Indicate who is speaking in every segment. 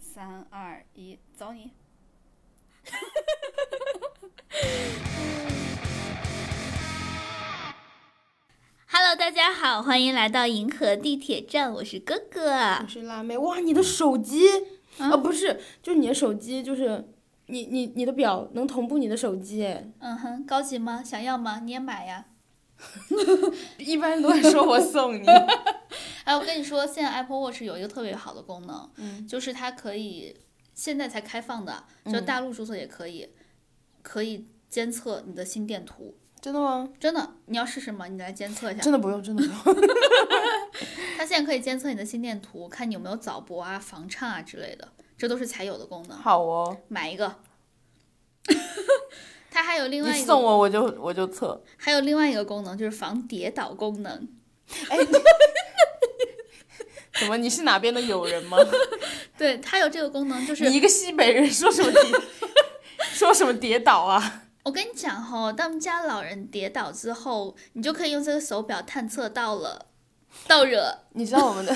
Speaker 1: 三二一，走你！
Speaker 2: Hello，大家好，欢迎来到银河地铁站，我是哥哥
Speaker 3: 我。是辣妹，哇，你的手机嗯啊、不是，就是你的手机，就是你你你的表能同步你的手机，哎
Speaker 2: 嗯哼，高级吗？想要吗？你也买呀。
Speaker 3: 一般都会说我送你。
Speaker 2: 哎，我跟你说，现在 Apple Watch 有一个特别好的功能，
Speaker 3: 嗯
Speaker 2: 就是它可以现在才开放的，就大陆注册也可以，可以监测你的心电图。
Speaker 3: 真的吗？
Speaker 2: 真的，你要试试吗？你来监测一下。
Speaker 3: 真的不用，真 的不用。
Speaker 2: 它现在可以监测你的心电图，看你有没有早搏啊、房颤啊之类的，这都是才有的功能。
Speaker 3: 好哦，
Speaker 2: 买一个。 它还有另
Speaker 3: 你
Speaker 2: 外一
Speaker 3: 送
Speaker 2: 个，
Speaker 3: 我我就我就 测。
Speaker 2: 还有另外一个功能就是防跌倒功能。
Speaker 3: 哎，怎么？你是哪边的友人吗？
Speaker 2: 对，它有这个功能，就是
Speaker 3: 你一个西北人说 什么跌？说什么跌倒啊？
Speaker 2: 我跟你讲哈、当家老人跌倒之后，你就可以用这个手表探测到了，到惹
Speaker 3: 你知道我们 的，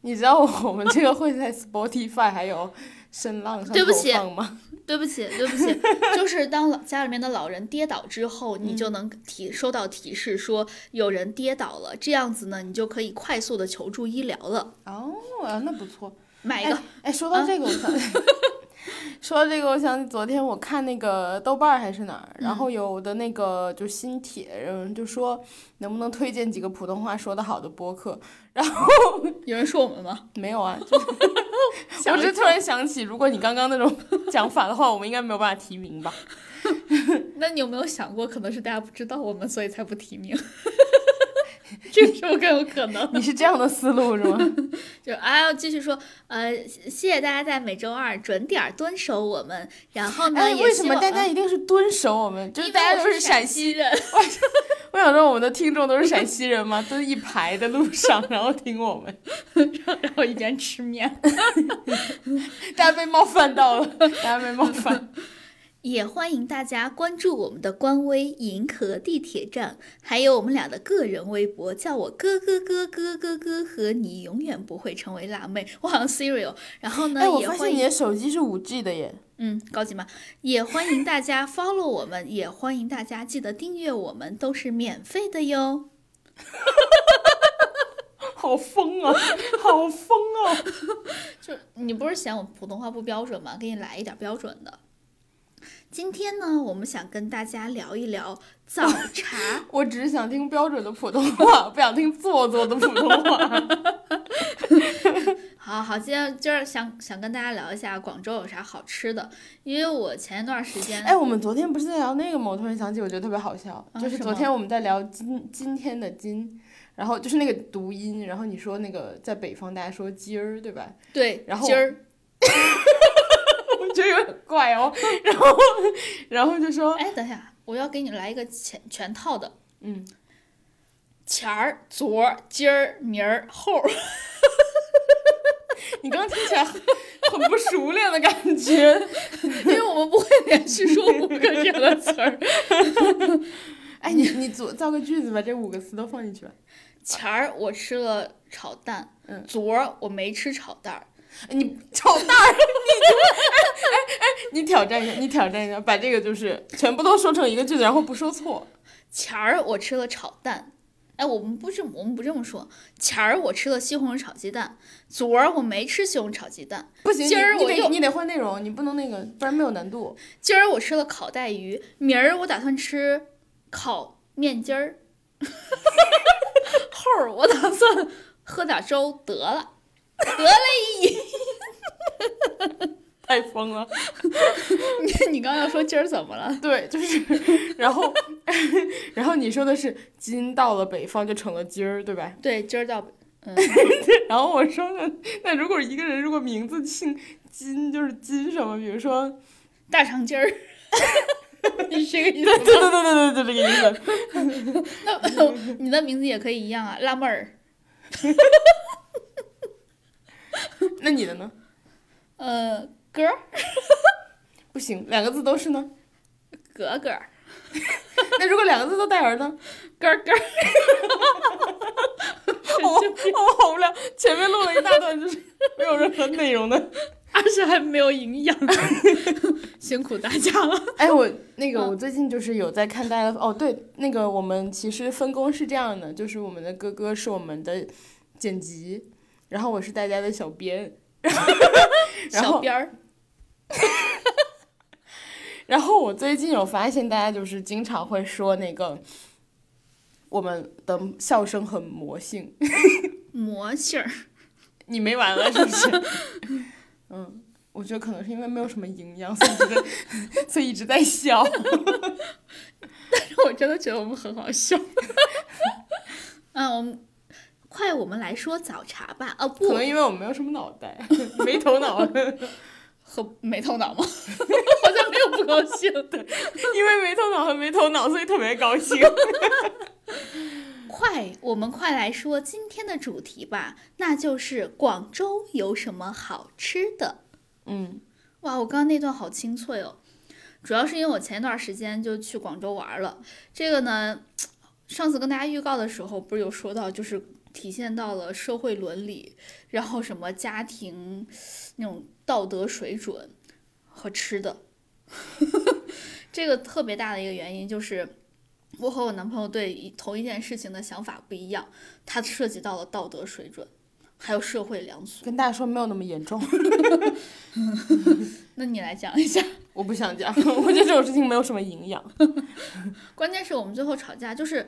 Speaker 3: 你知道我们这个会在 Spotify 还有声浪上
Speaker 2: 对不起
Speaker 3: 投放吗？
Speaker 2: 对不起，对不 起，就是当老家里面的老人跌倒之后，你就能提收到提示说有人跌倒了，这样子呢，你就可以快速的求助医疗了。
Speaker 3: 哦，啊那不错。
Speaker 2: 买一个，嗯
Speaker 3: 哎，说到这个，我想， 说到这个，我想起昨天我看那个豆瓣儿还是哪儿，然
Speaker 2: 嗯
Speaker 3: 后有的那个就新帖，人就说能不能推荐几个普通话说的好的播客？
Speaker 2: 有人说我们吗？
Speaker 3: 没有啊，就是我只是突然想起，如果你刚刚那种讲法的话，我们应该没有办法提名吧？
Speaker 2: 那你有没有想过，可能是大家不知道我们，所以才不提 名？这个是不是更有可能？
Speaker 3: 你是这样的思路是吗？
Speaker 2: 就啊，继续说，呃，谢谢大家在每周二准点儿蹲守我们，然后呢，
Speaker 3: 哎，
Speaker 2: 也
Speaker 3: 为
Speaker 2: 希
Speaker 3: 什么
Speaker 2: 望
Speaker 3: 大家
Speaker 2: 啊
Speaker 3: 一定是蹲守我们？就是
Speaker 2: 因为
Speaker 3: 大家
Speaker 2: 我
Speaker 3: 都
Speaker 2: 是
Speaker 3: 陕
Speaker 2: 西
Speaker 3: 西，
Speaker 2: 人，
Speaker 3: 我想说我们的听众都是陕西人吗？蹲一排的路上，然后听我们，
Speaker 2: 然后一边吃面，
Speaker 3: 大家被冒犯到了，大家被冒犯。
Speaker 2: 也欢迎大家关注我们的官微“银河地铁站”，还有我们俩的个人微博，叫我哥哥哥哥哥哥和你永远不会成为辣妹， 我好像 Serial。然后呢，
Speaker 3: 哎，我
Speaker 2: 也
Speaker 3: 发
Speaker 2: 欢
Speaker 3: 现你
Speaker 2: 迎
Speaker 3: 的手机是五 G 的耶！
Speaker 2: 嗯高级吗？也欢迎大家 follow 我们，也欢迎大家记得订阅我们，都是免费的哟。
Speaker 3: 好疯啊， 好疯啊！
Speaker 2: 就是你不是嫌我普通话不标准吗？给你来一点标准的。今天呢，我们想跟大家聊一聊早 茶。
Speaker 3: 我只是想听标准的普通话， 不想听做作的普通话。
Speaker 2: 好好，今天就是想想跟大家聊一下广州有啥好吃的，因为我前一段时间，
Speaker 3: 哎，我们昨天不是在聊那个吗？我突然想起，我觉得特别好笑，
Speaker 2: 啊
Speaker 3: 就是
Speaker 2: 什
Speaker 3: 昨
Speaker 2: 么
Speaker 3: 天我们在聊今今天的今，然后就是那个读音，然后你说那个在北方大家说今儿，对吧？
Speaker 2: 对，
Speaker 3: 然后
Speaker 2: 今儿，
Speaker 3: 我觉得有点怪哦。然后，然后就说，
Speaker 2: 哎，等一下，我要给你来一个全全套的，
Speaker 3: 嗯，
Speaker 2: 前儿、昨儿、今儿、明儿、后儿，
Speaker 3: 你刚刚听起来很 很不熟练的感觉。
Speaker 2: 因为我们不会连续说五个这样的词 儿。
Speaker 3: 哎，你你组造个句子，把这五个词都放进去吧。
Speaker 2: 前儿我吃了炒蛋，
Speaker 3: 嗯
Speaker 2: 昨儿我没吃炒蛋儿，
Speaker 3: 你炒蛋儿，你就哎哎哎，你挑战一下，你挑战一下，把这个就是全部都说成一个句子，然后不说错。
Speaker 2: 前儿我吃了炒蛋，哎，我们不这么我们不这么说。前儿我吃了西红柿炒鸡蛋，昨儿我没吃西红柿炒鸡蛋，
Speaker 3: 不行，
Speaker 2: 今儿
Speaker 3: 你
Speaker 2: 我
Speaker 3: 你
Speaker 2: 又
Speaker 3: 得你得换内容，你不能那个，不然没有难度。
Speaker 2: 今儿我吃了烤带鱼，明儿我打算吃烤面筋儿， 后儿我打算喝点粥，得了。
Speaker 3: 太疯了，
Speaker 2: 你你刚要说今儿怎么了？
Speaker 3: 对，就是，然后，然后你说的是今到了北方就成了今儿，对吧？
Speaker 2: 对，今儿到嗯，
Speaker 3: 然后我说呢，那如果一个人如果名字姓金，就是金什么？比如说，
Speaker 2: 大肠筋儿， 你这个意
Speaker 3: 对
Speaker 2: 思
Speaker 3: 对对对对对，就这个意思。
Speaker 2: 那你的名字也可以一样啊，辣妹儿，
Speaker 3: 那你的呢？
Speaker 2: 呃，哥儿，
Speaker 3: 不行，两个字都是呢。
Speaker 2: 格格儿，
Speaker 3: 那如果两个字都带儿呢？
Speaker 2: 咯咯。
Speaker 3: 我 我跑不了，前面录了一大段就是没有任何内容的。
Speaker 4: 而且还没有营养， 辛苦大家了。
Speaker 3: 哎，我那个我最近就是有在看大家的哦，对，那个我们其实分工是这样的，就是我们的哥哥是我们的剪辑，然后我是大家的小编，然后
Speaker 4: 小边儿，
Speaker 3: 然后我最近有发现，大家就是经常会说那个我们的笑声很魔性，
Speaker 2: 魔性 儿，
Speaker 3: 你没完了是不 是？嗯，我觉得可能是因为没有什么营养，所以一直在所以一直 在笑。
Speaker 4: 我真的觉得我们很好笑。
Speaker 2: 嗯，我们快我们来说早茶吧。哦
Speaker 3: 可
Speaker 2: 不
Speaker 3: 能，因为我没有什么脑 袋，没头 脑，
Speaker 4: 和没头 脑吗？好像没有不高兴的。
Speaker 3: 因为没头脑和没头脑， 所以特别高兴。
Speaker 2: 快我们快来说今天的主题吧，那就是广州有什么好吃的。
Speaker 3: 嗯，
Speaker 2: 哇，我刚刚那段好清脆哦，主要是因为我前一段时间就去广州玩了。这个呢，上次跟大家预告的时候，不是有说到，就是体现到了社会伦理，然后什么家庭那种道德水准和吃的， 这个特别大的一个原因就是。我和我男朋友对一同一件事情的想法不一样，它涉及到了道德水准，还有社会良俗。
Speaker 3: 跟大家说没有那么严重，
Speaker 2: 那你来讲一下。
Speaker 3: 我不想讲， 我觉得这种事情没有什么营养。
Speaker 2: 关键是我们最后吵架，就是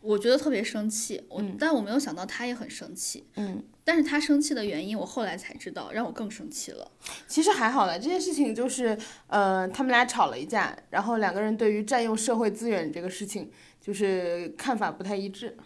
Speaker 2: 我觉得特别生气，我、但我没有想到他也很生气，
Speaker 3: 嗯，
Speaker 2: 但是他生气的原因我后来才知道，让我更生气了。
Speaker 3: 其实还好啦，这件事情就是，呃，他们俩吵了一架，然后两个人对于占用社会资源这个事情，就是看法不太一致。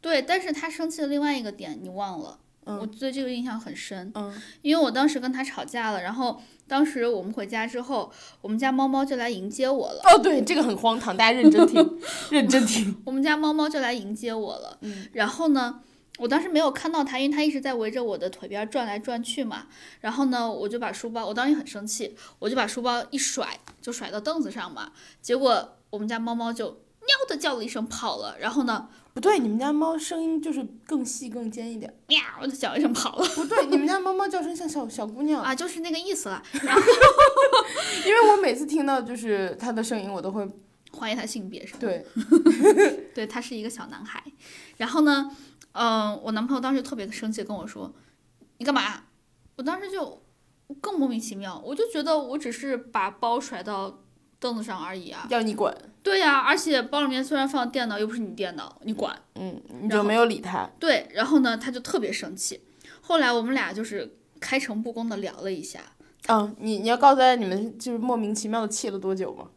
Speaker 2: 对，但是他生气的另外一个点你忘了，
Speaker 3: 嗯
Speaker 2: 我对这个印象很深，
Speaker 3: 嗯，
Speaker 2: 因为我当时跟他吵架了，然后当时我们回家之后，我们家猫猫就来迎接我了。
Speaker 3: 哦，对，这个很荒唐，大家认真听， 认真听。
Speaker 2: 我们家猫猫就来迎接我了。
Speaker 3: 嗯
Speaker 2: 然后呢，我当时没有看到它，因为它一直在围着我的腿边转来转去嘛。然后呢，我就把书包，我当时很生气，我就把书包一甩，就甩到凳子上嘛。结果我们家猫猫就喵的叫了一声跑了。然后呢，
Speaker 3: 不对，你们家猫声音就是更细更尖一点。
Speaker 2: 喵的叫一声跑了
Speaker 3: 不对，你们家猫猫叫声像小小姑娘，
Speaker 2: 啊，就是那个意思了。
Speaker 3: 因为我每次听到就是它的声音，我都会
Speaker 2: 怀疑它性别是吧？
Speaker 3: 对，
Speaker 2: 对，他是一个小男孩。然后呢，嗯、我男朋友当时特别的生气，跟我说：“你干嘛？”我当时就更莫名其妙，我就觉得我只是把包甩到凳子上而已啊。
Speaker 3: 要你管，
Speaker 2: 对呀、而且包里面虽然放电脑，又不是你电脑，你管？
Speaker 3: 嗯，你
Speaker 2: 然
Speaker 3: 就
Speaker 2: 后
Speaker 3: 没有理它。
Speaker 2: 对。然后呢，他就特别生气。后来我们俩就是开诚布公的聊了一下，
Speaker 3: 嗯，你你要告诉大家你们就是莫名其妙的气了多久吗？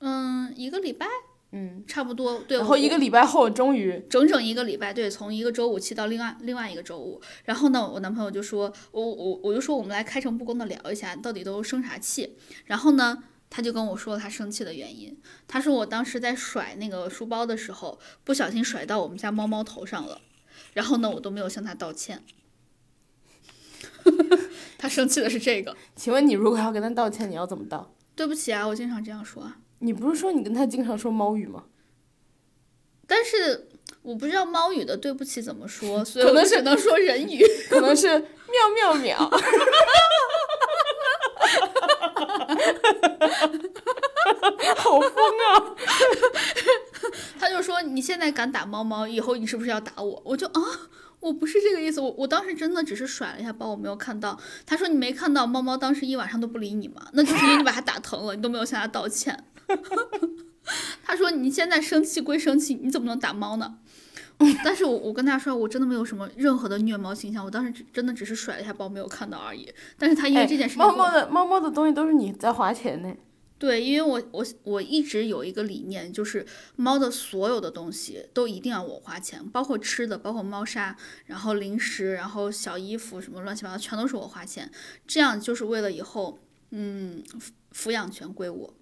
Speaker 2: 嗯，一个礼拜
Speaker 3: 嗯，
Speaker 2: 差不多。对，
Speaker 3: 然
Speaker 2: 我
Speaker 3: 后一个礼拜后终于
Speaker 2: 整整一个礼拜，对，从一个周五气到另外另外一个周五。然后呢，我男朋友就说，我我我就说我们来开诚布公的聊一下，到底都生啥气。然后呢，他就跟我说了他生气的原因，他说我当时在甩那个书包的时候，不小心甩到我们家猫猫头上了。然后呢，我都没有向他道歉。 他生气的是这个，
Speaker 3: 请问你如果要跟他道歉，你要怎么道？
Speaker 2: 对不起啊，我经常这样说啊。
Speaker 3: 你不是说你跟他经常说猫语吗？
Speaker 2: 但是我不知道猫语的对不起怎么说，所以
Speaker 3: 可
Speaker 2: 我
Speaker 3: 能
Speaker 2: 就只
Speaker 3: 是
Speaker 2: 能说人语。
Speaker 3: 可能是喵喵 喵。好疯啊！
Speaker 2: 他就说：“你现在敢打猫猫，以后你是不是要打我？”我就啊，我不是这个意思，我我当时真的只是甩了一下包，我没有看到。他说：“你没看到猫猫当时一晚上都不理你吗？那就是因为你把它打疼了，你都没有向它道歉。” 他说：“你现在生气归生气，你怎么能打猫呢？” 但是我我跟他说，我真的没有什么任何的虐猫倾向，我当时只真的只是甩了一下包，没有看到而已。但哎是他因为这件事情跟
Speaker 3: 哎猫
Speaker 2: 我，
Speaker 3: 猫的猫猫的东西都是你在花钱呢。
Speaker 2: 对，因为我我我一直有一个理念，就是猫的所有的东西都一定要我花钱，包括吃的，包括猫砂，然后零食，然后小衣服什么乱七八糟，全都是我花钱。这样就是为了以后，嗯，抚抚养权归我。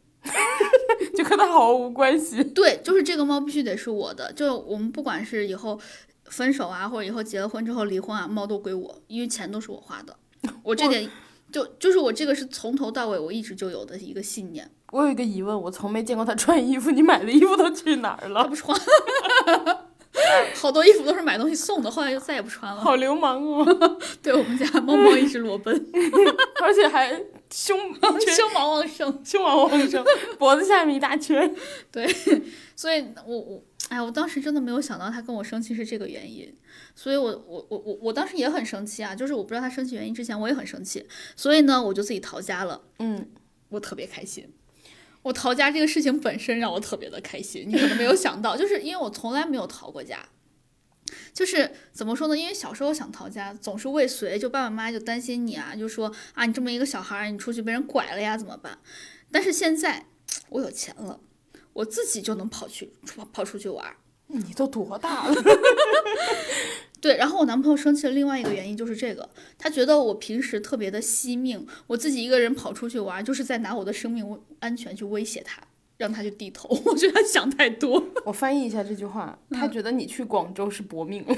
Speaker 3: 就跟它毫无关系。
Speaker 2: 对，就是这个猫必须得是我的。就我们不管是以后分手啊，或者以后结了婚之后离婚啊，猫都归我，因为钱都是我花的。我这点就就是我这个是从头到尾我一直就有的一个信念。
Speaker 3: 我有一个疑问，我从没见过它穿衣服，你买的衣服都去哪儿
Speaker 2: 它
Speaker 3: 了？
Speaker 2: 不是花， 好多衣服都是买东西送的，后来就再也不穿了。
Speaker 3: 好流氓哦！
Speaker 2: 对我们家猫猫一直裸奔，
Speaker 3: 而且还 胸
Speaker 2: 胸毛旺盛。
Speaker 3: 胸往往上，脖子下面一大圈。
Speaker 2: 所以我我哎，我当时真的没有想到他跟我生气是这个原因，所以我我我我我当时也很生气啊，就是我不知道他生气原因之前我也很生气，所以呢我就自己逃家了，
Speaker 3: 嗯，
Speaker 2: 我特别开心。我逃家这个事情本身让我特别的开心，你可能没有想到，就是因为我从来没有逃过家。就是怎么说呢？因为小时候想逃家，总是未遂，就爸爸妈妈就担心你啊，就说啊，你这么一个小孩儿，你出去被人拐了呀，怎么办？但是现在我有钱了，我自己就能跑去跑跑出去玩儿。
Speaker 3: 你都多大了？
Speaker 2: 对，然后我男朋友生气的另外一个原因就是这个，他觉得我平时特别的惜命，我自己一个人跑出去玩儿，就是在拿我的生命危安全去威胁他，让他去低头。 我觉得他想太多，
Speaker 3: 我翻译一下这句话，他觉得你去广州是搏命了，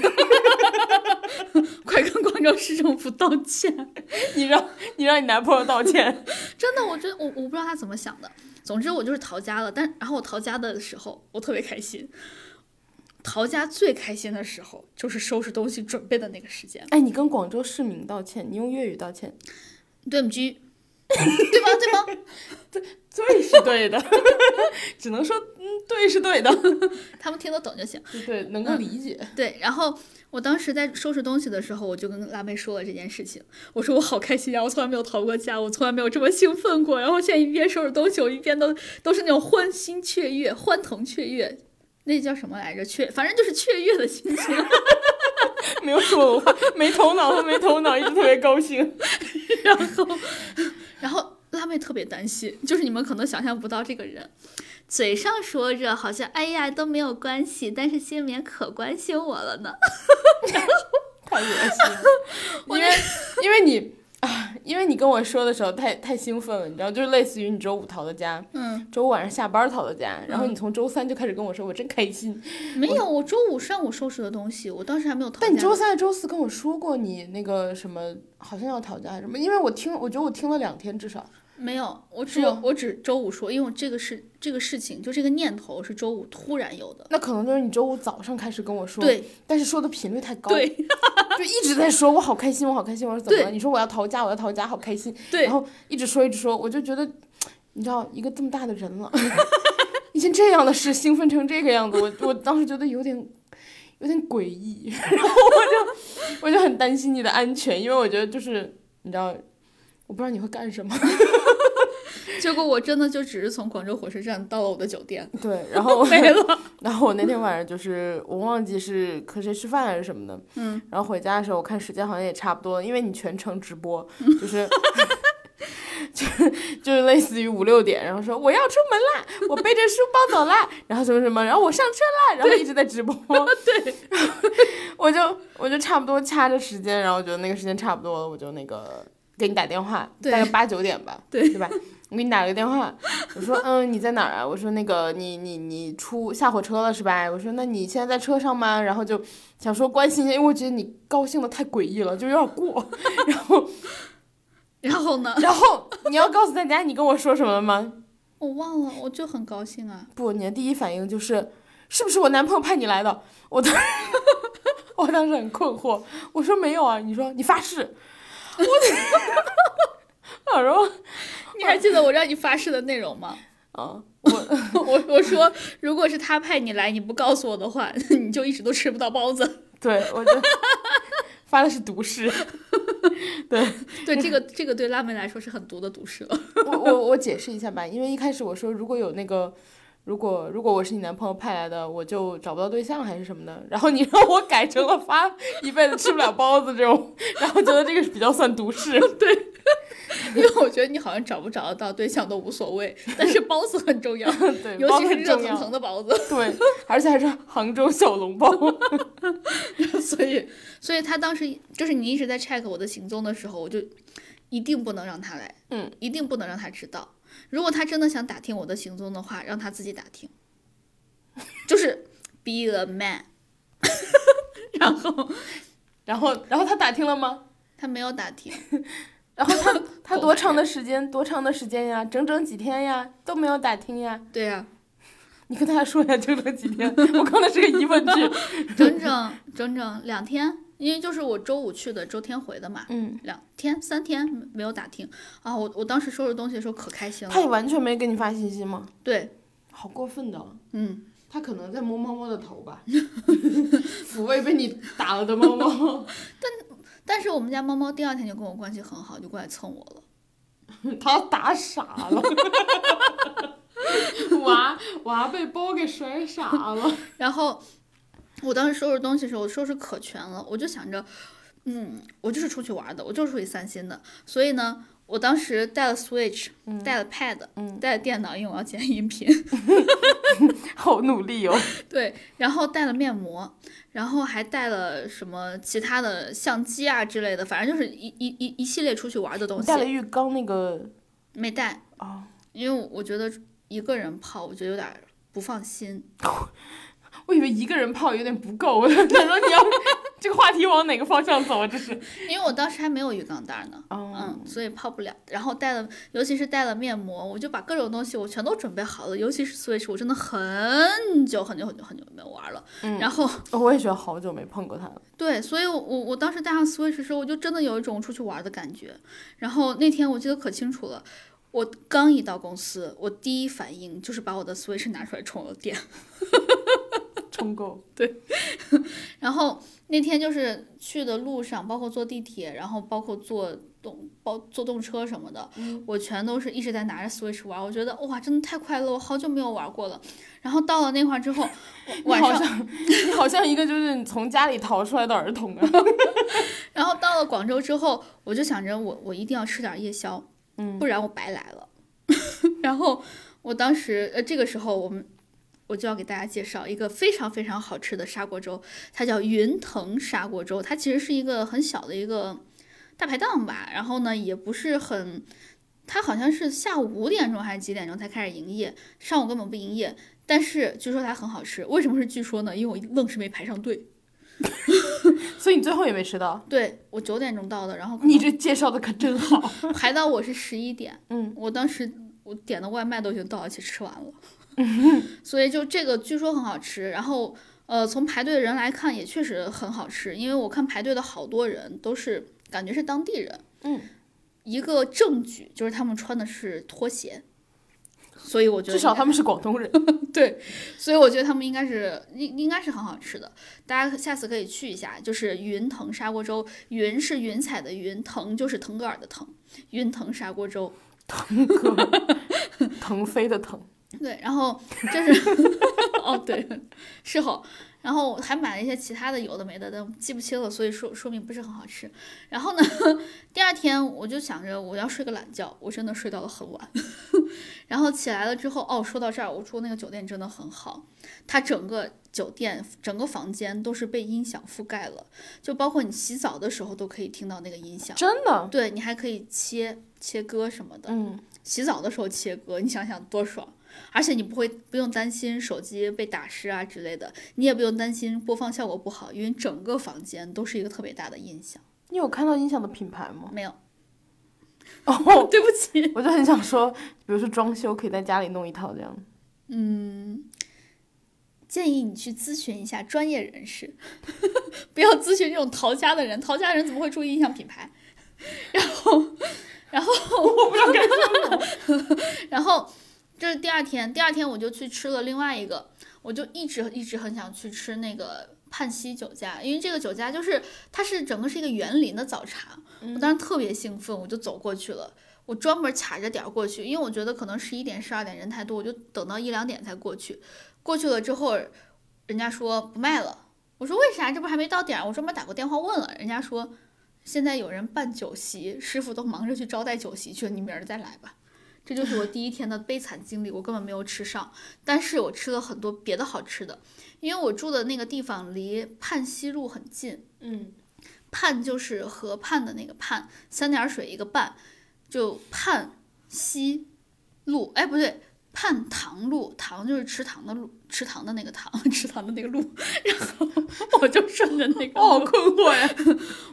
Speaker 2: 快跟广州市政府道歉。
Speaker 3: 你让你让你男朋友道歉。
Speaker 2: 真的，我觉得我我不知道他怎么想的。总之我就是逃家了，但然后我逃家的时候，我特别开心。逃家最开心的时候就是收拾东西准备的那个时间。
Speaker 3: 哎，你跟广州市民道歉，你用粤语道歉，
Speaker 2: 对不起， 对吧？对吗？
Speaker 3: 对是对 的，只能说嗯，对是对的，
Speaker 2: 他们听得懂就行。
Speaker 3: 对，能够理解。
Speaker 2: 对，然后我当时在收拾东西的时候，我就跟辣妹说了这件事情。我说我好开心呀、啊我从来没有逃过家，我从来没有这么兴奋过。然后现在一边收拾东西，我一边都都是那种欢欣雀跃、欢腾雀跃，那叫什么来着？雀，反正就是雀跃的心情。
Speaker 3: 没有说文化，没头脑和没头脑，一直特别高兴。
Speaker 2: 然后辣妹特别担心，就是你们可能想象不到这个人，嘴上说着好像哎呀都没有关系，但是心里面可关心我了呢。
Speaker 3: 太恶 心了，因为因为你啊，因为你跟我说的时候太太兴奋了，你知道，就是类似于你周五逃的家，
Speaker 2: 嗯，
Speaker 3: 周五晚上下班逃的家，然后你从周三就开始跟我说，我真开心。
Speaker 2: 没有，我周五上午收拾的东西，我当时还没有逃家呢。
Speaker 3: 但你周三、周四跟我说过你那个什么，好像要讨价还是什么？因为我听，我觉得我听了两天至少。
Speaker 2: 没有，我
Speaker 3: 是
Speaker 2: 只有
Speaker 3: 吗
Speaker 2: 我只周五说，因为我这个事这个事情就这个念头是周五突然有的。
Speaker 3: 那可能就是你周五早上开始跟我说，，
Speaker 2: 对
Speaker 3: 但是说的频率太高，
Speaker 2: 对
Speaker 3: 就一直在说我好开心，我好开心。我说怎么了？
Speaker 2: 对
Speaker 3: 你说我要逃家，我要逃家，好开心。
Speaker 2: 对
Speaker 3: 然，后一直说一直说，我就觉得，你知道，一个这么大的人了， 已经这样的事兴奋成这个样子，我我当时觉得有点有点诡异，然后我就我就很担心你的安全，因为我觉得就是你知道，我不知道你会干什么。
Speaker 2: 结果我真的就只是从广州火车站到了我的酒 店，
Speaker 3: 对，然后
Speaker 2: 没了。
Speaker 3: 然后我那天晚上就是我忘记是和谁吃饭还是什么的，
Speaker 2: 嗯，
Speaker 3: 然后回家的时候我看时间好像也差不多了，因为你全程直播，就是就是就是类似于五六点，然后说我要出门啦，我背着书包走啦，然后什么什么，然后我上车啦，然后一直在直播，对，我就我就差不多掐着时间，然后我觉得那个时间差不多了，我就那个给你打电话，大
Speaker 2: 对
Speaker 3: 概八九点吧，对对吧？我给你打了个电话，我说嗯你在哪儿啊？我说那个你你你出下火车了是吧？我说那你现在在车上吗？然后就想说关心一下，因为我觉得你高兴的太诡异了，就有点过。 然后
Speaker 2: 然后呢，
Speaker 3: 然后你要告诉大家你跟我说什么了吗？
Speaker 2: 我忘了，我就很高兴啊。
Speaker 3: 不，你的第一反应就是是不是我男朋友派你来的？我当时 我当时很困惑，我说没有啊，你说你发誓， 我我说
Speaker 2: 你还记得我让你发誓的内容吗？
Speaker 3: 啊，我
Speaker 2: 我我说，如果是他派你来，你不告诉我的话， 你就一直都吃不到包子。
Speaker 3: 对我就 发的是毒誓，
Speaker 2: 对，这个这个对辣妹来说是很毒的毒蛇。
Speaker 3: 我我我解释一下吧，因为一开始我说如果有那个。如果如果我是你男朋友派来的，我就找不到对象还是什么的，然后你让我改成了发一辈子吃不了包子这种，然后觉得这个比较算 毒誓。
Speaker 2: 因为我觉得你好像找不找得到对象都无所谓，但是包子很重要，
Speaker 3: 对，
Speaker 2: 尤
Speaker 3: 包
Speaker 2: 其
Speaker 3: 子
Speaker 2: 是
Speaker 3: 很
Speaker 2: 热
Speaker 3: 重要
Speaker 2: 腾腾的包子。
Speaker 3: 对，而且还是杭州小笼包。
Speaker 2: 所以，所以他当时就是你一直在 check 我的行踪的时候，我就一定不能让他来，
Speaker 3: 嗯，
Speaker 2: 一定不能让他知道。如果他真的想打听我的行踪的话，让他自己打听， 就是 be a man。然后
Speaker 3: 然后，然后他打听了吗？
Speaker 2: 他没有打听，
Speaker 3: 然后 他他
Speaker 2: 狗
Speaker 3: 多
Speaker 2: 男
Speaker 3: 长的时间？多长的时间呀？整整几天呀？都没有打听呀？
Speaker 2: 对呀、啊
Speaker 3: 你跟大家说一下整整几天？我刚才是个疑问句。
Speaker 2: 整整整整两天，因为就是我周五去的，周天回的嘛，
Speaker 3: 嗯，
Speaker 2: 两天三天没有打听啊。我我当时收拾东西的时候可开心
Speaker 3: 他
Speaker 2: 了，
Speaker 3: 也完全没给你发信息吗？
Speaker 2: 对，
Speaker 3: 好过分的。
Speaker 2: 嗯，
Speaker 3: 他可能在摸猫猫的头吧，抚慰被你打了的猫猫。
Speaker 2: 但是我们家猫猫第二天就跟我关系很好，就过来蹭我了。
Speaker 3: 他打傻 了，娃娃被包给甩傻了。
Speaker 2: 然后我当时收拾东西的时候，我收拾可全了，我就想着，嗯，我就是出去玩的，我就是出去散心的，所以呢。我当时带了 Switch，、带了 Pad，、
Speaker 3: 嗯
Speaker 2: 带了电脑，因为我要剪音频。
Speaker 3: 好努力哦，
Speaker 2: 对，然后带了面膜，然后还带了什么其他的相机啊之类的，反正就是一一一一系列出去玩的东西。
Speaker 3: 带了浴缸那个
Speaker 2: 没带，
Speaker 3: 哦，
Speaker 2: 因为我觉得一个人泡，我觉得有点不放心。
Speaker 3: 我以为一个人泡有点不够， 我想说你要这个话题往哪个方向走啊？这是，
Speaker 2: 因为我当时还没有浴缸袋呢，嗯，所以泡不了。然后带了，尤其是带了面膜，我就把各种东西我全都准备好了，尤其是 Switch，我真的很久很久很久很久没有玩了。
Speaker 3: 嗯
Speaker 2: 然后
Speaker 3: 哦我也觉得好久没碰过他了。
Speaker 2: 对，所以我，我我当时带上 Switch 的时候，我就真的有一种出去玩的感觉。然后那天我记得可清楚了，我刚一到公司，我第一反应就是把我的 Switch 拿出来充了电。
Speaker 3: 充够，
Speaker 2: 然后那天就是去的路上，包括坐地铁，然后包括坐动包坐动车什么的，我全都是一直在拿着 Switch 玩。我觉得哇，真的太快乐，我好久没有玩过了。然后到了那块儿之后，我晚
Speaker 3: 你好
Speaker 2: 上
Speaker 3: 像你好像一个就是你从家里逃出来的儿童 啊。
Speaker 2: 然后到了广州之后，我就想着我我一定要吃点夜宵，嗯，不然我白来了。 然后我当时呃这个时候我们我就要给大家介绍一个非常非常好吃的砂锅粥，它叫云腾砂锅粥，它其实是一个很小的一个大排档吧，然后呢也不是很。它好像是下午五点钟还是几点钟才开始营业，上午根本不营业。但是据说它很好吃，为什么是据说呢？因为我愣是没排上队。
Speaker 3: 所以你最后也没吃到，
Speaker 2: 对我九点钟到的，然后可能
Speaker 3: 你这介绍的可真好。
Speaker 2: 排到我是十一点，
Speaker 3: 嗯，
Speaker 2: 我当时我点的外卖都已经到了，且吃完了， 所以就这个据说很好吃，然后呃，从排队的人来看也确实很好吃，因为我看排队的好多人都是感觉是当地人，
Speaker 3: 嗯，
Speaker 2: 一个证据就是他们穿的是拖鞋。所以我觉得
Speaker 3: 至少
Speaker 2: 应该
Speaker 3: 他们是广东人。
Speaker 2: 对，所以我觉得他们应该是应应该是很好吃的，大家下次可以去一下，就是云腾砂锅粥，云是云彩的云，腾就是腾格尔的腾，云腾砂锅粥。
Speaker 3: 腾飞的腾，
Speaker 2: 对，然后就是，哦对，是吼，然后还买了一些其他的有的没的，但记不清了，所以说说明不是很好吃。然后呢， 第二天我就想着我要睡个懒觉，我真的睡到了很晚。 然后起来了之后，哦，说到这儿，我住那个酒店真的很好，它整个酒店整个房间都是被音响覆盖了，就包括你洗澡的时候都可以听到那个音响。
Speaker 3: 真的，
Speaker 2: 对你还可以切切歌什么的，
Speaker 3: 嗯，
Speaker 2: 洗澡的时候切歌，你想想多爽！而且你不会不用担心手机被打湿啊之类的，你也不用担心播放效果不好，因为整个房间都是一个特别大的音响。
Speaker 3: 你有看到音响的品牌吗？
Speaker 2: 没有，
Speaker 3: 哦，
Speaker 2: 对不起，
Speaker 3: 我就很想说，比如说装修可以在家里弄一套这样。
Speaker 2: 建议你去咨询一下专业人士， 不要咨询这种逃家的人，逃家人怎么会注意音响品牌？ 然后， 然后我不知道该说什么。然后这是第二天，第二天我就去吃了另外一个，我就一直一直很想去吃那个泮溪酒家，因为这个酒家就是它是整个是一个园林的早茶，我当时特别兴奋，我就走过去了。我专门卡着点儿过去，因为我觉得可能十一点、十二点人太多，我就等到一两点才过去。过去了之后，人家说不卖了，我说为啥？这不还没到点儿？我专门打过电话问了，人家说现在有人办酒席，师傅都忙着去招待酒席去了，你明儿再来吧。这就是我第一天的悲惨经历，我根本没有吃上，但是我吃了很多别的好吃的，因为我住的那个地方离泮溪路很近，
Speaker 3: 嗯，
Speaker 2: 泮就是河畔的那个泮，三点水一个半，就泮西路，哎，不对，泮塘路，塘就是池塘的路，池塘的那个塘， 池塘的那个路，然后我就顺着那个
Speaker 3: 我好
Speaker 2: 路，
Speaker 3: 困惑呀。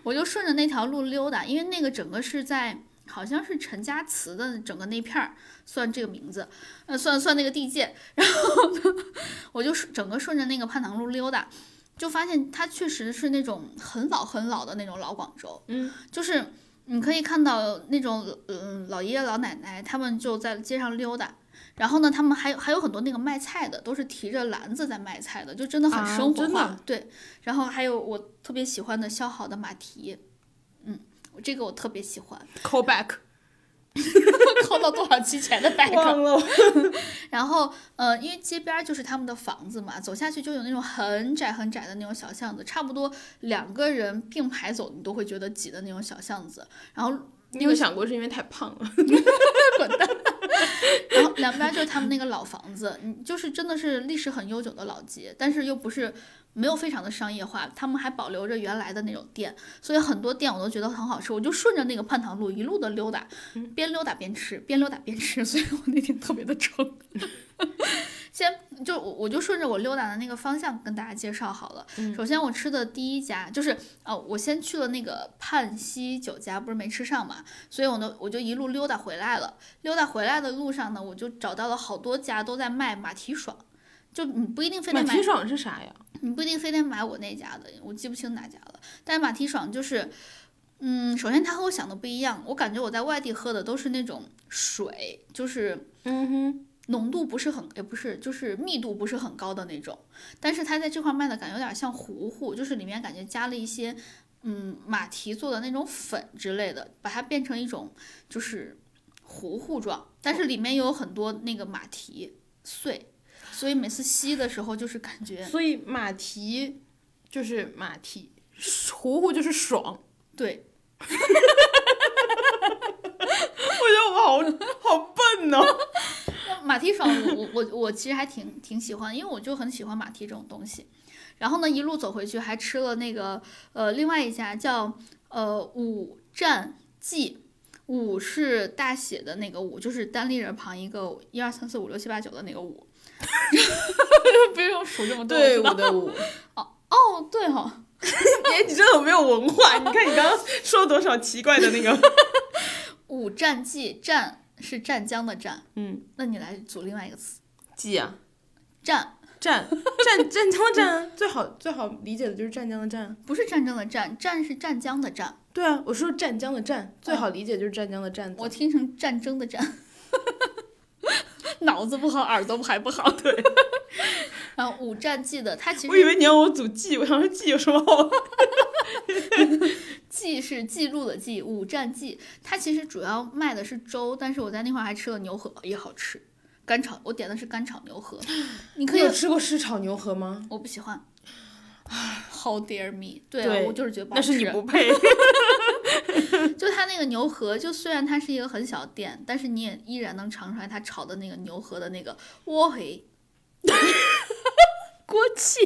Speaker 2: 我就顺着那条路溜达，因为那个整个是在好像是陈家祠的整个那片儿，算这个名字，呃，算算那个地界。然后呢， 我就顺整个顺着那个泮塘路溜达，就发现它确实是那种很老很老的那种老广州，
Speaker 3: 嗯，
Speaker 2: 就是你可以看到那种嗯老爷爷老奶奶他们就在街上溜达。然后呢，他们还有还有很多那个卖菜的，都是提着篮子在卖菜的，就真的很
Speaker 3: 啊
Speaker 2: 生活
Speaker 3: 真
Speaker 2: 化。
Speaker 3: 的
Speaker 2: 对，然后还有我特别喜欢的削好的马蹄，嗯，这个我特别喜欢。
Speaker 3: call back，
Speaker 2: 扣到多少期前的 b
Speaker 3: 忘
Speaker 2: a
Speaker 3: 了，
Speaker 2: 然后，呃，因为街边儿就是他们的房子嘛，走下去就有那种很窄很窄的那种小巷子，差不多两个人并排走，你都会觉得挤的那种小巷子。然后，
Speaker 3: 你有想过是因为太胖了？
Speaker 2: 然后两边儿就是他们那个老房子，你就是真的是历史很悠久的老街，但是又不是没有非常的商业化，他们还保留着原来的那种店，所以很多店我都觉得很好吃。我就顺着那个泮塘路一路的溜达，
Speaker 3: 嗯
Speaker 2: 边溜达边吃，边溜达边吃，所以我那天特别的撑。 先就我我就顺着我溜达的那个方向跟大家介绍好了。
Speaker 3: 嗯
Speaker 2: 首先我吃的第一家就是呃，我先去了那个泮溪酒家，不是没吃上嘛，所以我呢我就一路溜达回来了。溜达回来的路上呢，我就找到了好多家都在卖马蹄爽，就你不一定非得
Speaker 3: 马
Speaker 2: 买
Speaker 3: 蹄爽是啥呀？
Speaker 2: 你不一定非得买我那家的，我记不清哪家了。但是马蹄爽就是，嗯，首先它和我想的不一样，我感觉我在外地喝的都是那种水，就是
Speaker 3: 嗯哼，
Speaker 2: 浓度不是很，也不是，就是密度不是很高的那种。但是它在这块卖的感觉有点像糊糊，就是里面感觉加了一些，嗯，马蹄做的那种粉之类的，把它变成一种就是糊糊状，但是里面有很多那个马蹄碎，所以每次吸的时候就是感觉。
Speaker 3: 所以马蹄就是马蹄，糊糊就是爽。
Speaker 2: 对，
Speaker 3: 我觉得 我好好笨呢、
Speaker 2: 马蹄爽我，我我我其实还挺挺喜欢，因为我就很喜欢马蹄这种东西。然后呢，一路走回去还吃了那个呃另外一家叫呃五战记，五是大写的那个五，就是单立人旁一个一二三四五六七八九的那个五。不用数这么多，我知道
Speaker 3: 的我，
Speaker 2: 哦，对哦，
Speaker 3: 哎， 你真的很没有文化。你看你刚刚说多少奇怪的那个，
Speaker 2: 五战记战是湛江的战，
Speaker 3: 嗯，
Speaker 2: 那你来组另外一个词
Speaker 3: 记啊，
Speaker 2: 战，
Speaker 3: 湛湛湛江的湛啊， 最好最好理解的就是湛江的湛啊。
Speaker 2: 不是战争的战，战是湛江的战，
Speaker 3: 对啊，我说湛江的湛，最好理解就是湛江的湛字。
Speaker 2: 我听成战争的战， 脑子不好，耳朵还不好。对，然后五战记的，它其
Speaker 3: 我以
Speaker 2: 实
Speaker 3: 为你要我组记，我想说记有什么好？
Speaker 2: 记是记录的记，五战记它其实主要卖的是粥，但是我在那块儿还吃了牛河，也好吃，干炒我点的是干炒牛河，你可
Speaker 3: 你
Speaker 2: 以
Speaker 3: 有，吃过湿炒牛河吗？
Speaker 2: 我不喜欢。How dare me？对啊，
Speaker 3: 对
Speaker 2: 我就是觉得不好
Speaker 3: 那
Speaker 2: 吃。
Speaker 3: 是你不 配。
Speaker 2: 就它那个牛河，就虽然它是一个很小的店，但是你也依然能尝出来它炒的那个牛河的那个窝黑， 锅气。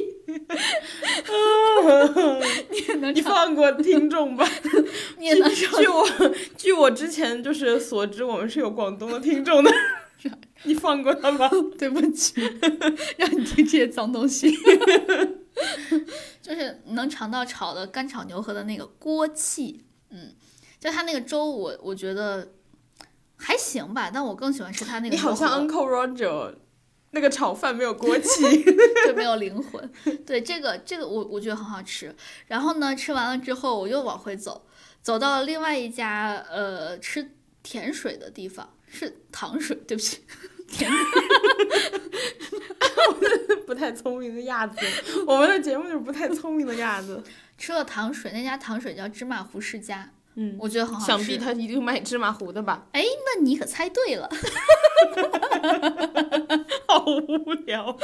Speaker 2: 你也能
Speaker 3: 你
Speaker 2: 尝，
Speaker 3: 放过听众 吧。
Speaker 2: 你也 能尝。
Speaker 3: 据我据我之前就是所知，我们是有广东的听众 的，你放过他吧。
Speaker 2: 对不起，让你听这些脏东西。就是能尝到炒的干炒牛河的那个锅气，嗯，就它那个粥我，我觉得还行吧，但我更喜欢吃它那个
Speaker 3: 你
Speaker 2: 牛河。
Speaker 3: 好 像 Uncle Roger，那个炒饭没有锅 气。
Speaker 2: 就没有灵魂。对，这个这个我我觉得很好吃。然后呢，吃完了之后我又往回走，走到了另外一家呃吃甜水的地方，是糖水，对不起，甜
Speaker 3: 不太聪明的亚子，我们的节目就是不太聪明的亚子。
Speaker 2: 吃了糖水，那家糖水叫芝麻糊世家，
Speaker 3: 嗯，
Speaker 2: 我觉得很好吃。
Speaker 3: 想必他一定卖芝麻糊的吧？
Speaker 2: 那你可猜对了，
Speaker 3: 好无聊。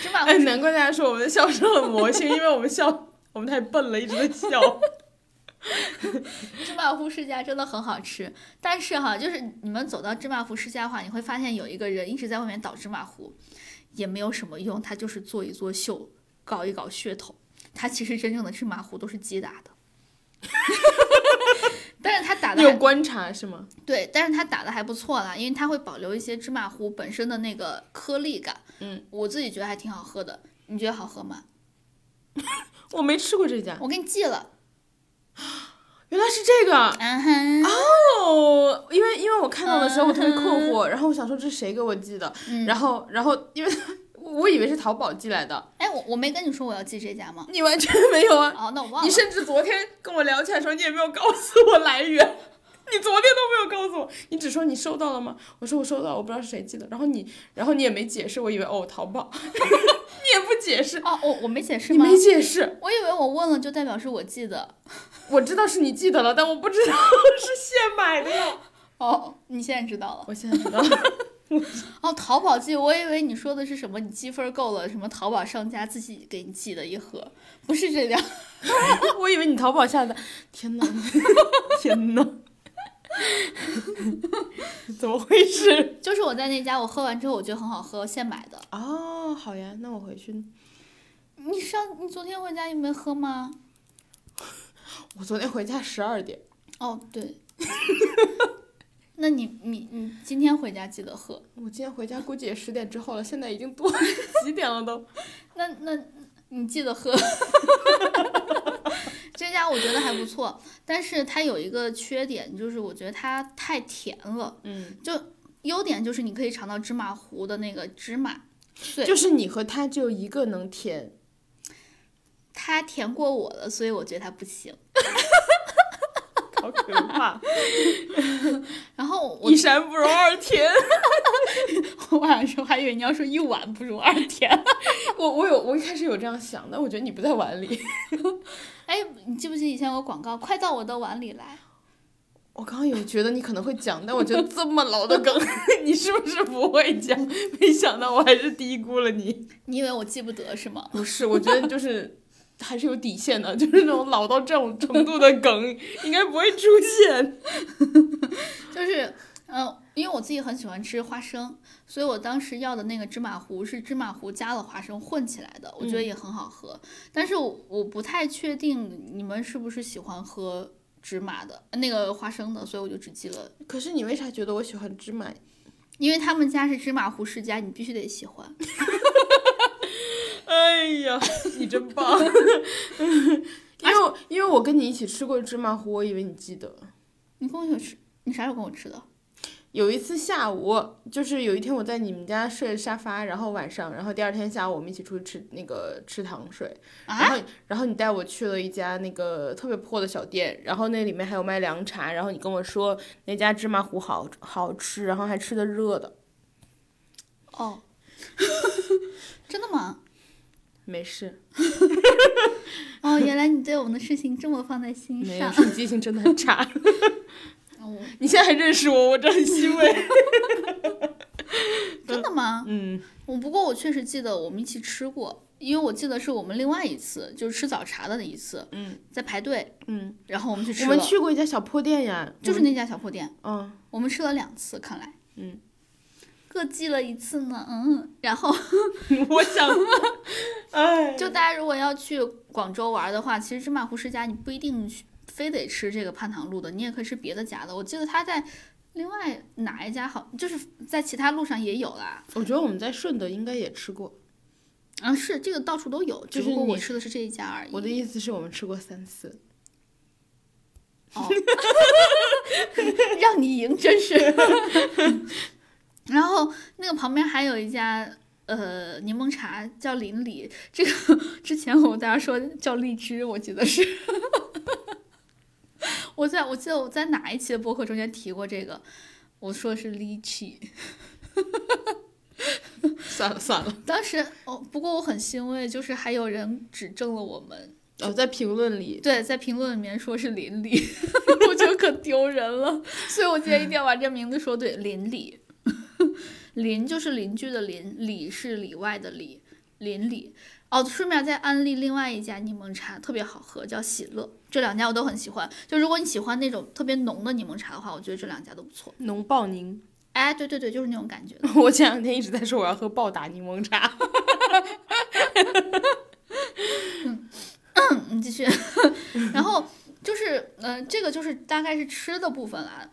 Speaker 2: 芝 麻糊
Speaker 3: 哎，难怪大家说我们的笑声很魔性，因为我们笑，我们太笨了，一直在 笑。
Speaker 2: 芝麻糊世家真的很好吃，但是哈，就是你们走到芝麻糊世家的话，你会发现有一个人一直在外面捣芝麻糊，也没有什么用，他就是做一做秀，搞一搞噱头。他其实真正的芝麻糊都是机打的， 但是他打
Speaker 3: 你
Speaker 2: 的
Speaker 3: 有
Speaker 2: 还
Speaker 3: 观察是吗？
Speaker 2: 对，但是他打的还不错啦，因为他会保留一些芝麻糊本身的那个颗粒感。
Speaker 3: 嗯，
Speaker 2: 我自己觉得还挺好喝的，你觉得好喝吗？
Speaker 3: 我没吃过这家，
Speaker 2: 我给你寄了，
Speaker 3: 原来是这个
Speaker 2: 嗯哼，
Speaker 3: 哦，因为因为我看到的时候我特别
Speaker 2: 嗯
Speaker 3: 困惑，然后我想说这是谁给我寄的，然后然后因为我以为是淘宝寄来的，
Speaker 2: 哎，我我没跟你说我要寄这家吗？
Speaker 3: 你完全没有啊，
Speaker 2: 哦，那我忘
Speaker 3: 你
Speaker 2: 了。
Speaker 3: 甚至昨天跟我聊起来的时候，你也没有告诉我来源，你昨天都没有告诉我，你只说你收到了吗？我说我收到了，我不知道是谁寄的。然后你，然后你也没解释，我以为哦淘宝， 你也不解释，
Speaker 2: 哦，我我没解释
Speaker 3: 你
Speaker 2: 吗？
Speaker 3: 没解释，
Speaker 2: 我以为我问了就代表是我寄的。
Speaker 3: 我知道是你寄的了，但我不知道 是现买的呀。
Speaker 2: 哦，你现在知道了。
Speaker 3: 我现在知道，
Speaker 2: 哦，淘宝寄，我以为你说的是什么，你积分够了，什么淘宝商家自己给你寄的一盒，不是这样。
Speaker 3: 我以为你淘宝下的，天哪， 天哪， 怎么回事？
Speaker 2: 就是我在那家，我喝完之后我觉得很好喝，现买的。
Speaker 3: 哦，好呀，那我回去
Speaker 2: 你上你昨天回家也没喝吗？
Speaker 3: 我昨天回家十二点，
Speaker 2: 哦，对。 那你你你今天回家记得喝。
Speaker 3: 我今天回家估计也十点之后了，现在已经多几点了都。
Speaker 2: 那那你记得喝。 这家我觉得还不错，但是它有一个缺点，就是我觉得它太甜了。
Speaker 3: 嗯，
Speaker 2: 优点就是你可以尝到芝麻糊的那个芝麻碎，
Speaker 3: 就是你和他只有一个能甜，
Speaker 2: 它甜过我了，所以我觉得它不行。
Speaker 3: 好可怕！
Speaker 2: 然后我
Speaker 3: 一山不容二甜。
Speaker 2: 我晚上说还以为你要说一碗不如二 甜。
Speaker 3: 我我有我一开始有这样想，但我觉得你不在碗里。
Speaker 2: 哎，你记不记得以前有个广告，快到我的碗里来？
Speaker 3: 我刚刚有觉得你可能会讲，但我觉得这么老的梗， 你是不是不会讲？没想到我还是低估了你。
Speaker 2: 你以为我记不得是吗？
Speaker 3: 不是，我觉得就是还是有底线的， 就是那种老到这种程度的梗，应该不会出现。
Speaker 2: 就是，呃，因为我自己很喜欢吃花生，所以我当时要的那个芝麻糊是芝麻糊加了花生混起来的，我
Speaker 3: 嗯
Speaker 2: 觉得也很好喝。但是我我不太确定你们是不是喜欢喝芝麻的那个花生的，所以我就只记了，
Speaker 3: 可是你为啥觉得我喜欢芝麻
Speaker 2: 因为他们家是芝麻糊世家，你必须得喜欢。
Speaker 3: 哎呀，你真棒！ 因为因为我跟你一起吃过芝麻糊，我以为你记得。
Speaker 2: 你跟我一起吃，你啥时候跟我吃的？
Speaker 3: 有一次下午，就是有一天我在你们家睡沙发，然后晚上，然后第二天下午我们一起出去吃那个吃糖水，然
Speaker 2: 啊？
Speaker 3: 后然后你带我去了一家那个特别破的小店，然后那里面还有卖凉茶，然后你跟我说那家芝麻糊好好吃，然后还吃的热的。
Speaker 2: 哦， 真的吗？
Speaker 3: 没事，
Speaker 2: 哦，原来你对我们的事情这么放在心
Speaker 3: 没有，
Speaker 2: 上。
Speaker 3: 是你记性真的很 差。
Speaker 2: 哦，
Speaker 3: 你现在还认识我，我真的很欣慰。
Speaker 2: 真的吗？
Speaker 3: 嗯，
Speaker 2: 我不过我确实记得我们一起吃过，因为我记得是我们另外一次，就是吃早茶的那一次，
Speaker 3: 嗯，
Speaker 2: 在排队，
Speaker 3: 嗯，
Speaker 2: 然后我们去吃
Speaker 3: 我
Speaker 2: 了，
Speaker 3: 们去过一家小破店呀，
Speaker 2: 就是那家小破店，
Speaker 3: 嗯，
Speaker 2: 我们吃了两次，看来，
Speaker 3: 嗯，
Speaker 2: 各记了一次呢，嗯，然后
Speaker 3: 我想， 哎，
Speaker 2: 就大家如果要去广州玩的话，其实芝麻糊世家你不一定去非得吃这个潘塘路的，你也可以吃别的家的，我记得他在。另外哪一家好，就是在其他路上也有啦。
Speaker 3: 我觉得我们在顺德应该也吃过。
Speaker 2: 啊，是这个到处都有，只
Speaker 3: 就是
Speaker 2: 不过我
Speaker 3: 你
Speaker 2: 吃的是这一家而已。
Speaker 3: 我的意思是我们吃过三次，
Speaker 2: 哦， 让你赢真是。 然后那个旁边还有一家呃柠檬茶叫邻里，这个之前我们大家说叫荔枝，我记得是。 我在我记得我在哪一期的播客中间提过这个，我说是荔枝。
Speaker 3: 算了算了。
Speaker 2: 当时哦，不过我很欣慰，就是还有人指正了我们，
Speaker 3: 哦，在评论里，
Speaker 2: 对，在评论里面说是邻里， 我觉得可丢人了，所以我今天一定要把这名字说对，邻里， 邻就是邻居的邻，里是里外的里，邻里。哦，顺便再安利另外一家柠檬茶，特别好喝，叫喜乐。这两家我都很喜欢。就如果你喜欢那种特别浓的柠檬茶的话，我觉得这两家都不错。
Speaker 3: 浓爆柠。
Speaker 2: 哎，对对对，就是那种感觉的。
Speaker 3: 我前两天一直在说我要喝暴打柠檬茶，
Speaker 2: 嗯，你继续。 然后就是，呃，这个就是大概是吃的部分啦。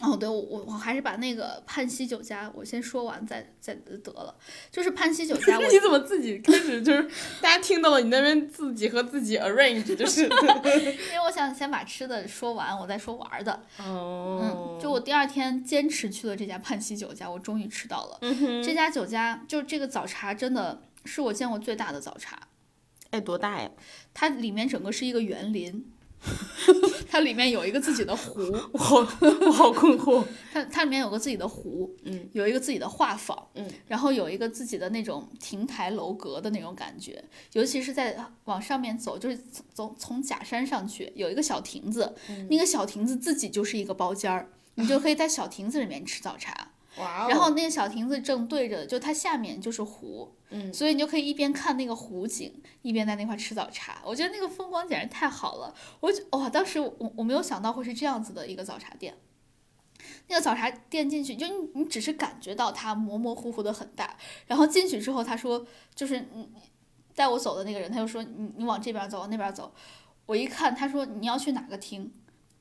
Speaker 2: 哦，对，我我我还是把那个泮溪酒家我先说完再再得了，就是泮溪酒家我
Speaker 3: 你怎么自己开始就是 大家听到了你那边自己和自己 arrange 就是，
Speaker 2: 因为我想先把吃的说完，我再说玩儿的。
Speaker 3: 哦
Speaker 2: 嗯，就我第二天坚持去了这家泮溪酒家，我终于吃到了。这家酒家就这个早茶真的是我见过最大的早茶，
Speaker 3: 哎多大呀？
Speaker 2: 它里面整个是一个园林， 它里面有一个自己的湖，
Speaker 3: 我好我好困惑。
Speaker 2: 它它里面有个自己的湖，
Speaker 3: 嗯，
Speaker 2: 有一个自己的画舫，
Speaker 3: 嗯，
Speaker 2: 然后有一个自己的那种亭台楼阁的那种感觉，尤其是在往上面走，就是从从从假山上去，有一个小亭子，
Speaker 3: 嗯
Speaker 2: 那个小亭子自己就是一个包间儿，你就可以在小亭子里面吃早茶。
Speaker 3: 哇哦
Speaker 2: 然后那个小亭子正对着，就它下面就是湖，
Speaker 3: 嗯
Speaker 2: 所以你就可以一边看那个湖景，一边在那块吃早茶。我觉得那个风光简直太好了，我就哇，当时我我没有想到会是这样子的一个早茶店。那个早茶店进去，就你你只是感觉到它模模糊糊的很大，然后进去之后，他说就是你你带我走的那个人，他就说你你往这边走，往那边走。我一看，他说你要去哪个厅？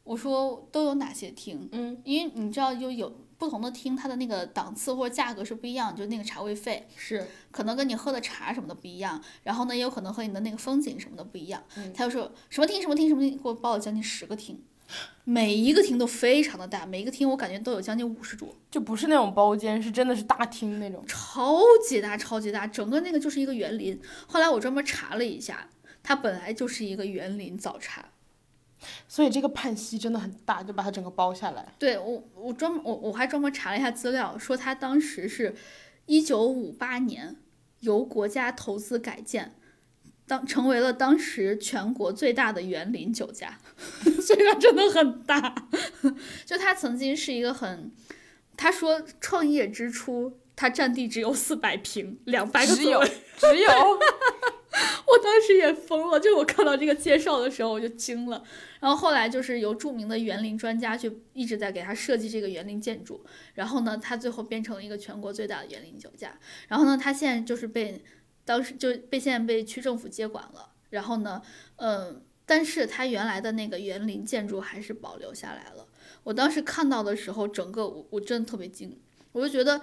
Speaker 2: 我说都有哪些厅？
Speaker 3: 嗯，
Speaker 2: 因为你知道就有不同的厅，它的那个档次或者价格是不一样，就那个茶位费
Speaker 3: 是
Speaker 2: 可能跟你喝的茶什么的不一样，然后呢也有可能和你的那个风景什么的不一样。他就说什么厅什么厅什么厅，给我报了将近十个厅，每一个厅都非常的大，每一个厅我感觉都有将近五十桌。
Speaker 3: 就不是那种包间，是真的是大厅那种。
Speaker 2: 超级大，超级大，整个那个就是一个园林。后来我专门查了一下，它本来就是一个园林早茶。
Speaker 3: 所以这个泮溪真的很大，就把它整个包下来。
Speaker 2: 对我，我专门我我还专门查了一下资料，说它当时是一九五八年由国家投资改建，当成为了当时全国最大的园林酒家， 虽然真的很大， 就它曾经是一个很，他说创业之初。它占地只有四百平，两百个
Speaker 3: 只
Speaker 2: 座
Speaker 3: 有
Speaker 2: 位，
Speaker 3: 只有
Speaker 2: 我当时也疯了，就我看到这个介绍的时候我就惊了。然后后来就是由著名的园林专家去一直在给他设计这个园林建筑，然后呢，它最后变成了一个全国最大的园林酒家。然后呢，它现在就是被当时就被现在被区政府接管了。然后呢，嗯，但是它原来的那个园林建筑还是保留下来了。我当时看到的时候，整个我我真的特别惊，我就觉得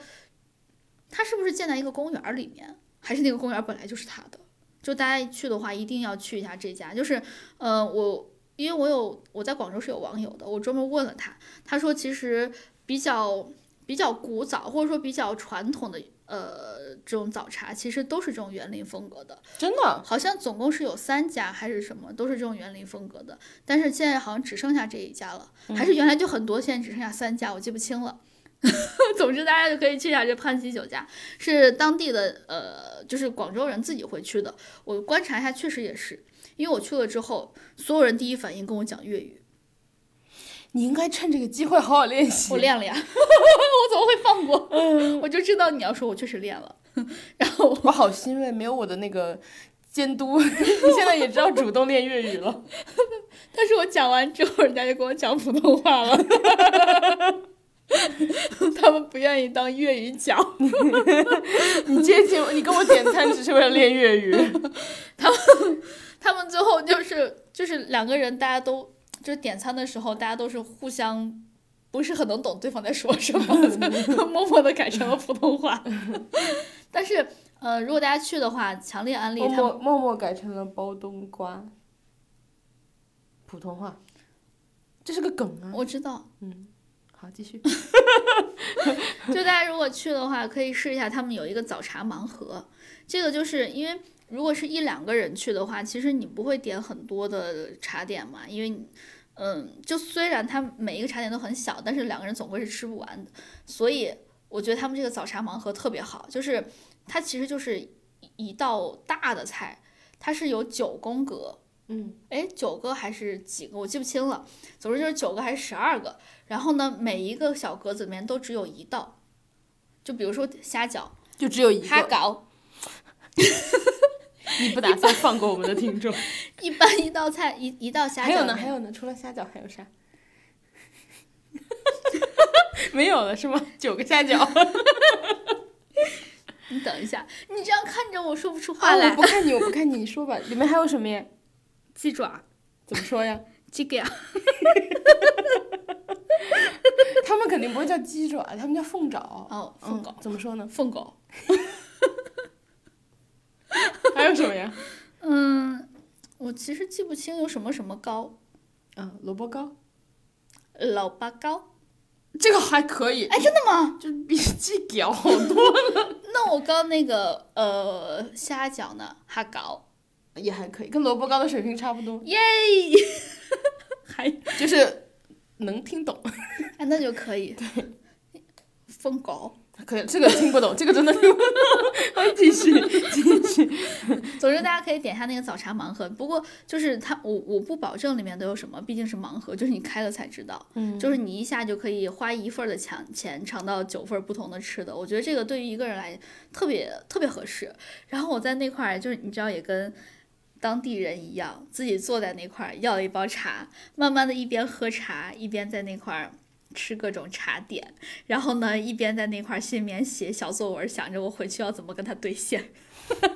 Speaker 2: 它是不是建在一个公园儿里面，还是那个公园儿本来就是它的？就大家去的话，一定要去一下这家。就是，呃，我因为我有我在广州是有网友的，我专门问了他，他说其实比较比较古早或者说比较传统的呃这种早茶，其实都是这种园林风格的，
Speaker 3: 真的
Speaker 2: 好像总共是有三家还是什么，都是这种园林风格的。但是现在好像只剩下这一家了，还是原来就很多，现在只剩下三家，我记不清了。 总之，大家就可以去一下这泮溪酒家，是当地的呃，就是广州人自己会去的。我观察一下，确实也是，因为我去了之后，所有人第一反应跟我讲粤语，
Speaker 3: 你应该趁这个机会好好练习。
Speaker 2: 我练了呀， 我怎么会放过？我就知道你要说，我确实练了。 然后
Speaker 3: 我好欣慰，没有我的那个监督， 你现在也知道主动练粤语了。
Speaker 2: 但是我讲完之后，人家就跟我讲普通话了， 他们不愿意当粤语讲，
Speaker 3: 你接近我，你跟我点餐只是为了练粤语。
Speaker 2: 他们最后就是就是两个人，大家都就是点餐的时候，大家都是互相。不是很能懂对方在说什 么，默默的改成了普通话。但是，呃，如果大家去的话，强烈安利
Speaker 3: 默
Speaker 2: 他们
Speaker 3: 默默默改成了包冬瓜，普通话，这是个梗啊。
Speaker 2: 我知道，
Speaker 3: 好，继续。
Speaker 2: 就大家如果去的话，可以试一下，他们有一个早茶盲盒，这个就是因为如果是一两个人去的话，其实你不会点很多的茶点嘛，因为你。嗯，就虽然它每一个茶点都很小，但是两个人总归是吃不完的，所以我觉得他们这个早茶盲盒特别好，就是它其实就是一一道大的菜，它是有九宫格，
Speaker 3: 嗯，
Speaker 2: 哎，九个还是几个，我记不清了。总之就是九个还是十二个。然后呢，每一个小格子里面都只有一道，就比如说虾饺、
Speaker 3: 就只有一
Speaker 2: 哈
Speaker 3: 个，
Speaker 2: 搞，
Speaker 3: 你不打算放过我们的听 众。
Speaker 2: 一般一道菜一一道虾饺。
Speaker 3: 还有呢，还有呢，除了虾饺还有啥？ 没有了是吗？九个虾 饺。
Speaker 2: 你等一下，你这样看着我说不出话
Speaker 3: 啊，
Speaker 2: 来。
Speaker 3: 我不看你，我不看你，你说吧，里面还有什么呀？
Speaker 2: 鸡爪，
Speaker 3: 怎么说呀？
Speaker 2: 这个呀，
Speaker 3: 他们肯定不会叫鸡爪，他们叫凤爪。
Speaker 2: 哦，凤
Speaker 3: 嗯
Speaker 2: 狗，，
Speaker 3: 怎么说呢？
Speaker 2: 凤 狗，
Speaker 3: 还有什么呀？
Speaker 2: 嗯，我其实记不清有什么什么糕，
Speaker 3: 嗯，萝卜糕，
Speaker 2: 老八糕。
Speaker 3: 这个还可以，
Speaker 2: 哎，真的吗？
Speaker 3: 就比鸡屌好多，
Speaker 2: 那我刚那个呃虾饺呢？哈糕，
Speaker 3: 也还可以，跟萝卜糕的水平差不多，
Speaker 2: 耶， 还
Speaker 3: 就是能听懂。
Speaker 2: 哎那就可以。凤狗，
Speaker 3: 可以，这个听不懂，这个真的听不懂。 好，继续，继续。
Speaker 2: 总之，大家可以点一下那个早茶盲盒。不过，就是它，我我不保证里面都有什么，毕竟是盲盒，就是你开了才知道。
Speaker 3: 嗯
Speaker 2: 就是你一下就可以花一份儿的钱钱尝到九份儿不同的吃的，我觉得这个对于一个人来特别特别合适。然后我在那块儿就是你知道也跟当地人一样，自己坐在那块儿要了一包茶，慢慢的一边喝茶一边在那块儿。吃各种茶点，然后呢，一边在那块儿心里面写小作文，想着我回去要怎么跟他兑现。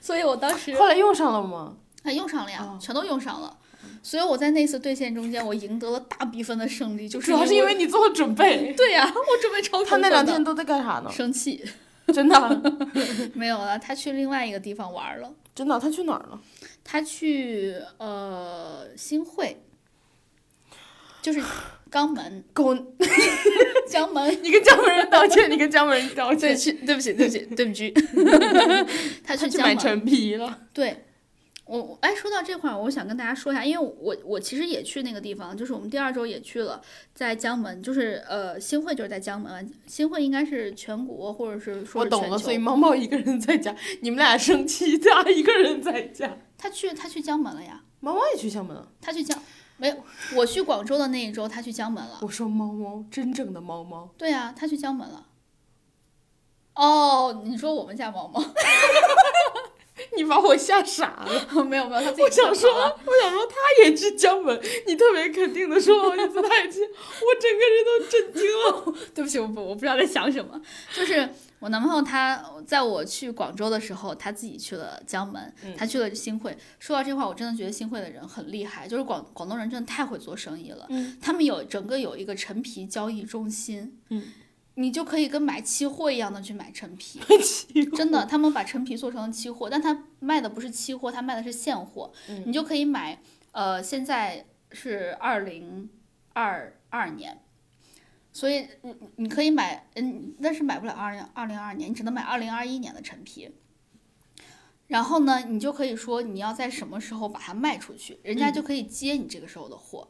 Speaker 2: 所以我当时
Speaker 3: 后来用上了吗？
Speaker 2: 啊，用上了呀，
Speaker 3: 哦嗯
Speaker 2: 全都用上了。所以我在那次兑现中间，我赢得了大比分的胜利，就是
Speaker 3: 主要是因为
Speaker 2: 我
Speaker 3: 你做了准备。
Speaker 2: 对呀、我准备超
Speaker 3: 他
Speaker 2: 充
Speaker 3: 那
Speaker 2: 分
Speaker 3: 两
Speaker 2: 的
Speaker 3: 天都在干啥呢？
Speaker 2: 生气
Speaker 3: 真的啊，
Speaker 2: 没有了，他去另外一个地方玩了，
Speaker 3: 真的啊，他去哪儿了？
Speaker 2: 他去呃新会， 就是肛门
Speaker 3: 狗，
Speaker 2: 肛门，
Speaker 3: 你跟江门人道歉，你跟江门人道
Speaker 2: 对
Speaker 3: 歉。
Speaker 2: 去对不起对不起对不起， 他去
Speaker 3: 他去
Speaker 2: 江
Speaker 3: 买
Speaker 2: 门
Speaker 3: 陈皮了。
Speaker 2: 对，我我哎，说到这块儿，我想跟大家说一下，因为我我其实也去那个地方，就是我们第二周也去了，在江门，就是呃新会就是在江门，新会应该是全国或者是说
Speaker 3: 我
Speaker 2: 是
Speaker 3: 懂
Speaker 2: 全
Speaker 3: 了，
Speaker 2: 球
Speaker 3: 所以猫猫一个人在家，你们俩生气，他一个人在家。
Speaker 2: 他去他去江门了呀，
Speaker 3: 猫猫也去厦门了。
Speaker 2: 他去江没有，我去广州的那一周他去江门了，
Speaker 3: 我说猫猫，真正的猫猫。
Speaker 2: 对呀、他去江门了。哦，你说我们家毛 毛
Speaker 3: 你把我吓傻了。
Speaker 2: 没有没有，他自己
Speaker 3: 我想
Speaker 2: 奔跑
Speaker 3: 说，
Speaker 2: 了
Speaker 3: 我想说，他也去江门，你特别肯定的说我一次他也去，我整个人都震惊了。
Speaker 2: 对不起，我不我不知道在想什么。就是我男朋友他在我去广州的时候，他自己去了江门，
Speaker 3: 嗯
Speaker 2: 他去了新会。说到这块儿，我真的觉得新会的人很厉害，就是广广东人真的太会做生意了。
Speaker 3: 嗯
Speaker 2: 他们有整个有一个陈皮交易中心，
Speaker 3: 嗯，
Speaker 2: 你就可以跟买期货一样的去买陈皮。
Speaker 3: 奇怪
Speaker 2: 真的，他们把陈皮做成了期货，但他卖的不是期货，他卖的是现货，
Speaker 3: 嗯
Speaker 2: 你就可以买。呃，现在是二零二二年，所以你你可以买，嗯，但是买不了二零二零二年，你只能买二零二一年的陈皮。然后呢，你就可以说你要在什么时候把它卖出去，人家就可以接你这个时候的货。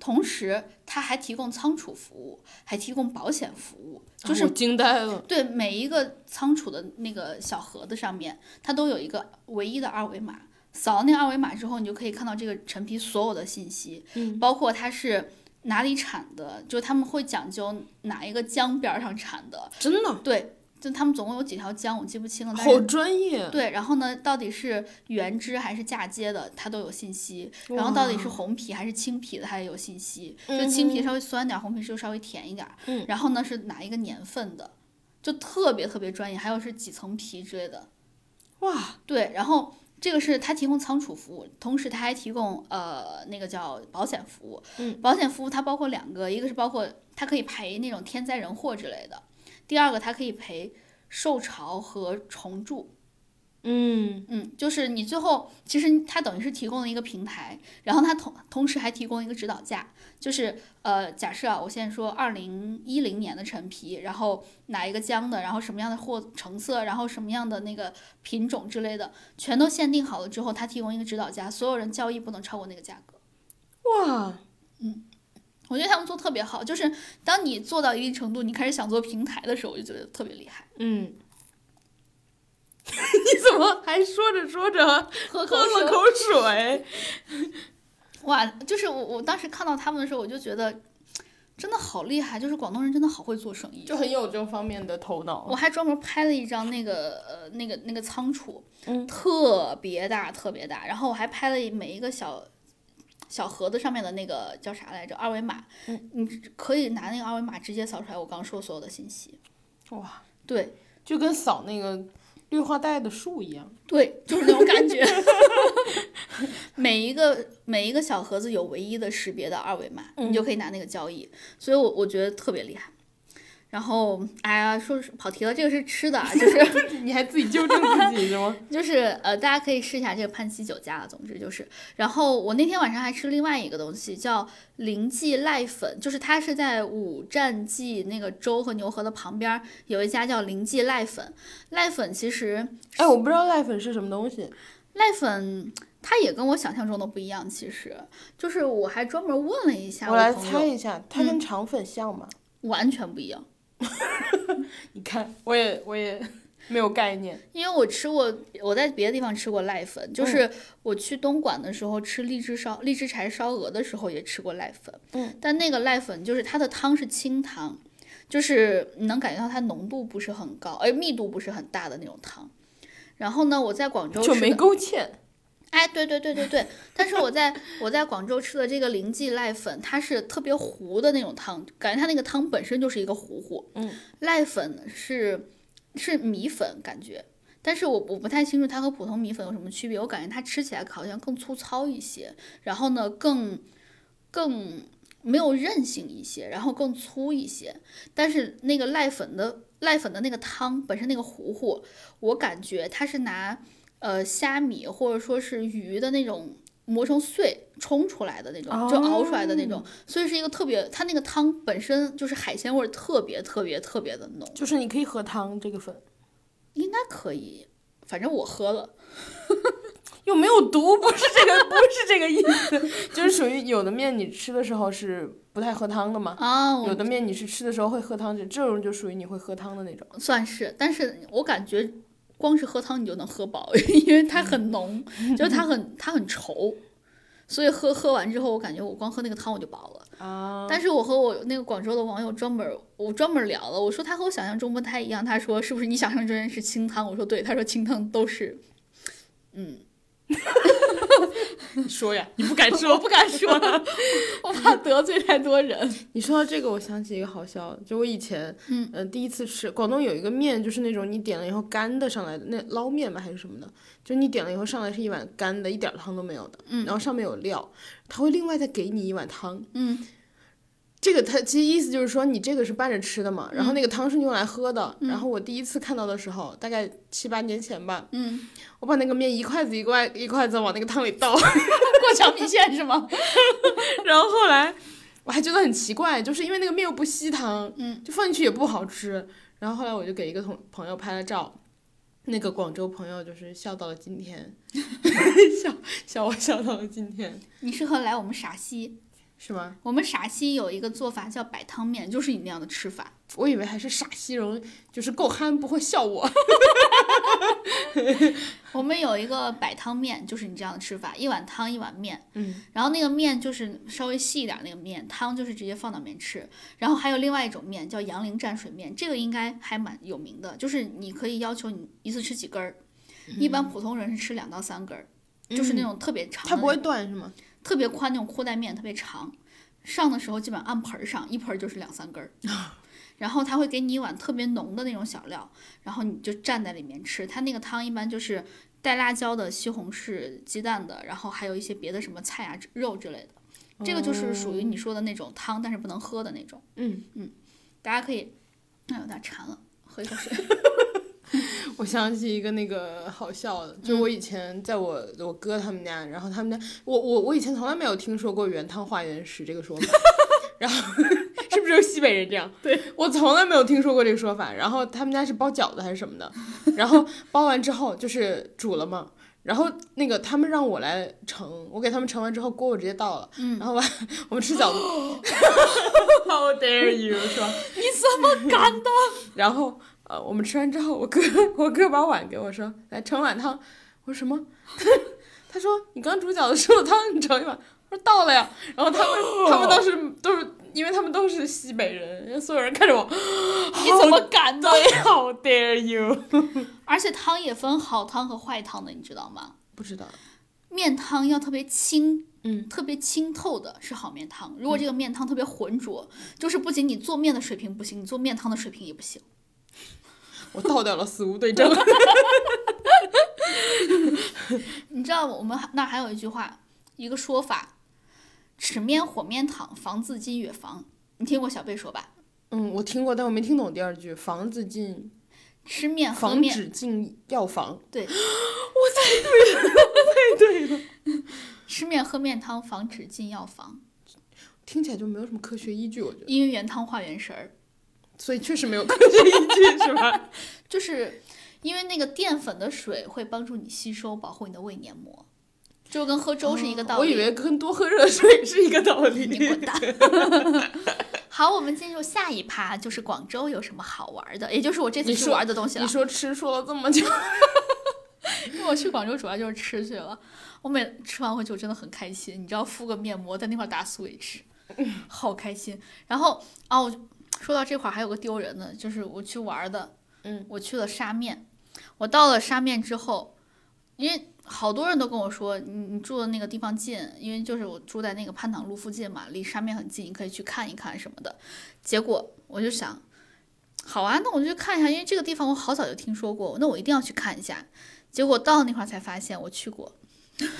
Speaker 2: 同时，他还提供仓储服务，还提供保险服务，就
Speaker 3: 就是
Speaker 2: 是
Speaker 3: 我惊呆了。
Speaker 2: 对每一个仓储的那个小盒子上面，它都有一个唯一的二维码。扫那个二维码之后，你就可以看到这个陈皮所有的信息，
Speaker 3: 嗯
Speaker 2: 包括它是哪里产的，就他们会讲究哪一个江边儿上产的。
Speaker 3: 真的
Speaker 2: 对，就他们总共有几条江，我记不清了。但
Speaker 3: 好
Speaker 2: 是
Speaker 3: 专业。啊
Speaker 2: 对，然后呢，到底是原汁还是嫁接的，它都有信息。然后到底是
Speaker 3: 哇
Speaker 2: 红皮还是青皮的，它也有信息。就
Speaker 3: 嗯
Speaker 2: 青皮
Speaker 3: 哼
Speaker 2: 稍微酸点儿，红皮就稍微甜一点儿。
Speaker 3: 嗯
Speaker 2: 然后呢是哪一个年份的，就特别特别专业。还有是几层皮之类的。
Speaker 3: 哇，
Speaker 2: 对，然后这个是它提供仓储服务，同时它还提供呃那个叫保险服务。
Speaker 3: 嗯，
Speaker 2: 保险服务它包括两个，一个是包括它可以赔那种天灾人祸之类的，第二个它可以赔受潮和重蛀。
Speaker 3: 嗯，
Speaker 2: 嗯，就是你最后其实它等于是提供了一个平台，然后它同同时还提供一个指导价，就是呃，假设啊，我现在说二零一零年的陈皮，然后哪一个江的，然后什么样的货成色，然后什么样的那个品种之类的，全都限定好了之后，它提供一个指导价，所有人交易不能超过那个价格。
Speaker 3: 哇，
Speaker 2: 我觉得他们做特别好，就是当你做到一定程度，你开始想做平台的时候，我就觉得特别厉害。
Speaker 3: 嗯。 你怎么还说着说着
Speaker 2: 喝口
Speaker 3: 喝
Speaker 2: 水
Speaker 3: 了口水？
Speaker 2: 哇，就是我我当时看到他们的时候，我就觉得真的好厉害，就是广东人真的好会做生意。
Speaker 3: 很有这方面的头 脑
Speaker 2: 我还专门拍了一张那个呃那个那个仓储，
Speaker 3: 嗯
Speaker 2: 特别大特别大，然后我还拍了每一个小。小盒子上面的那个叫啥来着？二维码，
Speaker 3: 嗯
Speaker 2: 你只可以拿那个二维码直接扫出来我刚说所有的信息。
Speaker 3: 哇，
Speaker 2: 对
Speaker 3: 就跟扫那个绿化带的树一样。
Speaker 2: 对，就是那种感觉。 每一个每一个小盒子有唯一的识别的二维码，你就可以拿那个交易，所以我我觉得特别厉害。然后，哎呀，说是跑题了，这个是吃的啊，就是
Speaker 3: 你还自己纠正自己是吗？
Speaker 2: 就是呃，大家可以试一下这个潘西酒家啊。总之就是，然后我那天晚上还吃另外一个东西，叫林记濑粉，就是它是在五站记那个粥和牛河的旁边儿有一家叫林记濑粉。濑粉其实
Speaker 3: 哎，我不知道濑粉是什么东西，
Speaker 2: 濑粉它也跟我想象中的不一样，其实就是我还专门问了一下
Speaker 3: 来
Speaker 2: 朋
Speaker 3: 猜
Speaker 2: 友，
Speaker 3: 一下，它跟肠粉像吗？
Speaker 2: 完全不一样。
Speaker 3: 你看，我也我也没有概念。
Speaker 2: 因为我吃过，我在别的地方吃过濑粉，
Speaker 3: 嗯
Speaker 2: 就是我去东莞的时候吃荔枝烧荔枝柴烧鹅的时候也吃过濑粉，
Speaker 3: 嗯，
Speaker 2: 但那个濑粉就是它的汤是清汤，就是你能感觉到它浓度不是很高，哎，密度不是很大的那种汤。然后呢，我在广州
Speaker 3: 就
Speaker 2: 吃
Speaker 3: 没
Speaker 2: 的，
Speaker 3: 勾芡，
Speaker 2: 哎，对对对对对，但是我在我在广州吃的这个林记濑粉，它是特别糊的那种汤，感觉它那个汤本身就是一个糊糊，
Speaker 3: 嗯，
Speaker 2: 濑粉是是米粉感觉，但是我我不太清楚它和普通米粉有什么区别，我感觉它吃起来好像更粗糙一些，然后呢更更没有韧性一些，然后更粗一些。但是那个濑粉的濑粉的那个汤本身那个糊糊，我感觉它是拿呃虾米或者说是鱼的那种。磨成碎冲出来的那种，就熬出来的那种，所以是一个特别，它那个汤本身就是海鲜味儿特别特别特别的浓，
Speaker 3: 就是你可以喝汤这个粉，
Speaker 2: 应该可以，反正我喝了。
Speaker 3: 又没有毒，不是这个，不是这个意 思，就是属于有的面你吃的时候是不太喝汤的嘛，
Speaker 2: 啊，
Speaker 3: 有
Speaker 2: 我
Speaker 3: 的面你是吃的时候会喝汤，这这种就属于你会喝汤的那种。
Speaker 2: 算是，但是我感觉光是喝汤你就能喝饱， 因为它很 浓，就是它很它很稠，所以喝喝完之后，我感觉我光喝那个汤我就饱了。
Speaker 3: 啊，
Speaker 2: 但是我和我那个广州的网友专门儿，我专门儿聊了，我说他和我想象中不太一样，他说是不是你想象中是清汤？我说对，他说清汤都 是，嗯，
Speaker 3: 你 说呀，你不敢
Speaker 2: 我
Speaker 3: 说。
Speaker 2: 不敢说，我怕得罪太多人。
Speaker 3: 你说到这个，我想起一个好笑的，就我以前，
Speaker 2: 嗯
Speaker 3: 呃，第一次吃广东有一个面，就是那种你点了以后干的上来的，那捞面吧还是什么的，就你点了以后上来是一碗干的，一点儿汤都没有的，
Speaker 2: 嗯
Speaker 3: 然后上面有料，他会另外再给你一碗汤，
Speaker 2: 嗯
Speaker 3: 这个它其实意思就是说，你这个是拌着吃的嘛，然后
Speaker 2: 嗯
Speaker 3: 那个汤是用来喝的。
Speaker 2: 嗯
Speaker 3: 然后我第一次看到的时候，大概七八年前吧，
Speaker 2: 嗯，
Speaker 3: 我把那个面一筷子一筷一筷子往那个汤里倒，
Speaker 2: 过桥米线是吗？
Speaker 3: 然后后来我还觉得很奇怪，就是因为那个面又不吸汤，
Speaker 2: 嗯，
Speaker 3: 就放进去也不好吃。然后后来我就给一个同朋友拍了照，那个广州朋友就是笑到了今天， 笑笑我笑到了今天，
Speaker 2: 你适合来我们陕西。
Speaker 3: 是吗？
Speaker 2: 我们陕西有一个做法叫摆汤面，就是你那样的吃法。
Speaker 3: 我以为还是傻西人，就是够憨不会笑我。
Speaker 2: 我们有一个摆汤面，就是你这样的吃法，一碗汤一碗面。
Speaker 3: 嗯，
Speaker 2: 然后那个面就是稍微细一点儿那个面，汤就是直接放到面吃。然后还有另外一种面叫杨凌蘸水面，这个应该还蛮有名的，就是你可以要求你一次吃几根儿，一般普通人是吃两到三根儿，就是那种特别长的那
Speaker 3: 嗯它
Speaker 2: 种，
Speaker 3: 不会断是吗？
Speaker 2: 特别宽那种裤带面，特别长。上的时候基本上按盆儿上，一盆儿就是两三根儿。然后他会给你一碗特别浓的那种小料，然后你就蘸在里面吃。它那个汤一般就是带辣椒的、西红柿、鸡蛋的，然后还有一些别的什么菜啊、肉之类的。这个就是属于你说的那种汤，但是不能喝的那种。
Speaker 3: 嗯，
Speaker 2: 大家可以，那有点馋了，喝一口水。
Speaker 3: 我想起一个那个好笑的，就我以前在我、我哥他们家，然后他们家我我我以前从来没有听说过原汤化原食这个说法， 然后是不是有西北人这样？对我从来没有听说过这个说法。然后他们家是包饺子还是什么的，然后包完之后就是煮了嘛。然后那个他们让我来盛，我给他们盛完之后锅我直接倒了，嗯、然后我我们吃饺子 ，How dare you 是 吧？ 然后呃，我们吃完之后，我哥我哥把碗给我说，来盛碗汤。我说什么？ 他说你刚煮饺子吃了汤，你盛一碗。我说到了呀。然后他们他们当时都是因为他们都是西北人，人家所有人看着我，
Speaker 2: 你怎么敢的？
Speaker 3: How dare you？
Speaker 2: 而且汤也分好汤和坏汤的，你知道吗？
Speaker 3: 不知道，
Speaker 2: 面汤要特别清，
Speaker 3: 嗯，
Speaker 2: 特别清透的是好面汤。如果这个面汤特别浑浊，就是不仅你做面的水平不行，你做面汤的水平也不行。
Speaker 3: 我倒掉了死无对证。
Speaker 2: 你知道我们那儿还有一句话，一个说法：“纸面火面躺，房自进月房。”你听过小贝说吧？
Speaker 3: 嗯，我听过，但我没听懂第二句。房子进，
Speaker 2: 吃面喝
Speaker 3: 防
Speaker 2: 面，
Speaker 3: 止进药房。
Speaker 2: 对
Speaker 3: 我猜对了，我猜对了。
Speaker 2: 吃面喝面汤，防止进药房。
Speaker 3: 听起来就没有什么科学依据，我觉得，
Speaker 2: 因为原汤化原食儿，
Speaker 3: 所以确实没有科学依据，是吧？
Speaker 2: 就是因为那个淀粉的水会帮助你吸收，保护你的胃黏膜，就跟喝粥是一个道理。
Speaker 3: 哦我以为跟多喝热水是一个道理。
Speaker 2: 你滚蛋！ 好，我们进入下一趴，就是广州有什么好玩的，也就是我这次
Speaker 3: 你
Speaker 2: 去
Speaker 3: 说
Speaker 2: 玩的东西
Speaker 3: 你
Speaker 2: 了。
Speaker 3: 说吃说了这么久，
Speaker 2: 因为我去广州主要就是吃去了，我每吃完回去我真的很开心，你知道敷个面膜在那块打 Switch，好开心。然后啊，我就说到这块儿还有个丢人的，就是我去玩的，
Speaker 3: 嗯，
Speaker 2: 我去了沙面，我到了沙面之后，因为好多人都跟我说，你你住的那个地方近，因为就是我住在那个潘塘路附近嘛，离沙面很近，你可以去看一看什么的。结果我就想，好啊，那我就去看一下，因为这个地方我好早就听说过，那我一定要去看一下。结果到那块儿才发现我去过，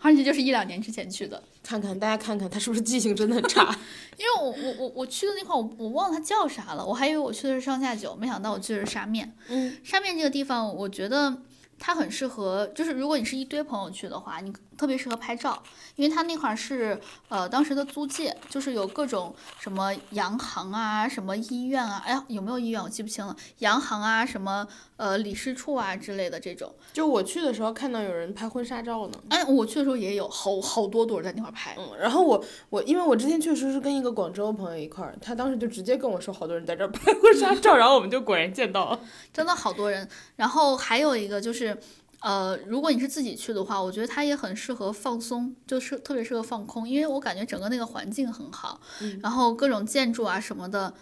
Speaker 2: 而且就是一两年之前去的，
Speaker 3: 看看大家看看他是不是记性真的很差。
Speaker 2: 因为我我我我去的那块儿我我忘了它叫啥了，我还以为我去的是上下九，没想到我去的是沙面。
Speaker 3: 嗯，
Speaker 2: 沙面这个地方，我觉得它很适合，就是如果你是一堆朋友去的话，你特别适合拍照，因为它那块儿是呃当时的租界，就是有各种什么洋行啊、什么医院啊，哎呀有没有医院我记不清了，洋行啊、什么呃理事处啊之类的这种。
Speaker 3: 就我去的时候看到有人拍婚纱照呢。
Speaker 2: 哎，我去的时候也有好好多对儿在那块儿拍，
Speaker 3: 嗯，然后我我因为我之前确实是跟一个广州朋友一块儿，他当时就直接跟我说好多人在这儿拍婚纱照，然后我们就果然见到了。
Speaker 2: 真的好多人。然后还有一个就是，呃，如果你是自己去的话，我觉得它也很适合放松，就是特别适合放空，因为我感觉整个那个环境很好，然后各种建筑啊什么的。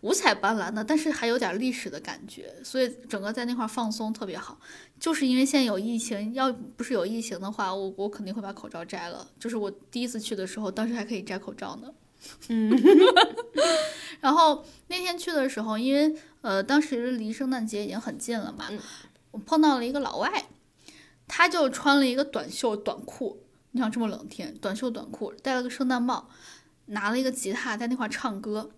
Speaker 2: 五彩斑斓的，但是还有点历史的感觉，所以整个在那块儿放松特别好。就是因为现在有疫情，要不是有疫情的话，我我肯定会把口罩摘了。就是我第一次去的时候，当时还可以摘口罩呢。嗯， 然后那天去的时候，因为呃，当时离圣诞节已经很近了嘛，
Speaker 3: 嗯
Speaker 2: 我碰到了一个老外，他就穿了一个短袖短裤，你想这么冷的天，短袖短裤，戴了个圣诞帽，拿了一个吉他在那块儿唱歌，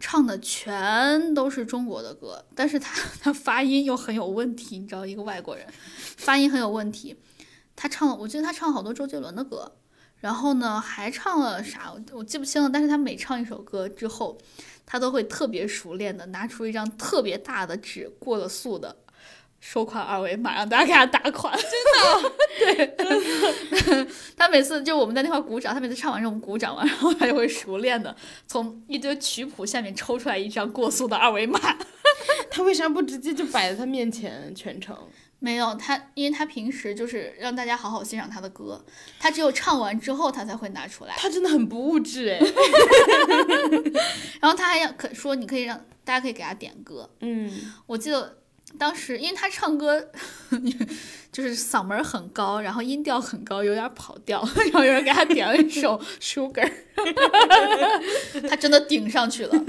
Speaker 2: 唱的全都是中国的歌，但是他他发音又很有问题，你知道一个外国人发音很有问题，他唱了，我记得他唱了好多周杰伦的歌。然后呢，还唱了啥？我我记不清了。但是他每唱一首歌之后，他都会特别熟练的拿出一张特别大的纸，过了塑的收款二维码，让大家给他打款。真 的，对， 他每次就我们在那块鼓掌，他每次唱完之后我们鼓掌完，然后他就会熟练的从一堆曲谱下面抽出来一张过塑的二维码。
Speaker 3: 他为啥不直接就摆在他面前全程？
Speaker 2: 没有他，因为他平时就是让大家好好欣赏他的歌，他只有唱完之后他才会拿出来。
Speaker 3: 他真的很不物质哎。
Speaker 2: 然后他还要可说你可以让大家可以给他点歌，
Speaker 3: 嗯，
Speaker 2: 我记得当时，因为他唱歌 就是嗓门儿很高，然后音调很高，有点儿跑调， 然后有人给他点了一首 Sugar，他真的顶上去了。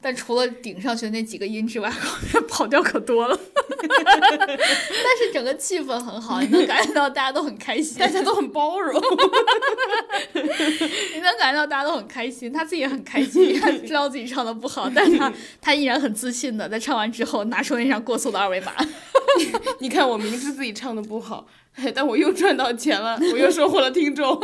Speaker 2: 但除了顶上去的那几个音之外，后面跑调可多了。 但是整个气氛很好，你能感觉到大家都很开心，
Speaker 3: 大家都很包容。
Speaker 2: 你能感觉到大家都很开心，他自己也很开心，因为他知道自己唱的不好，但是他他依然很自信的在唱完之后拿出那张过塑的二维码。
Speaker 3: 你看，我明知自己唱的不好，哎但我又赚到钱了，我又收获了听众。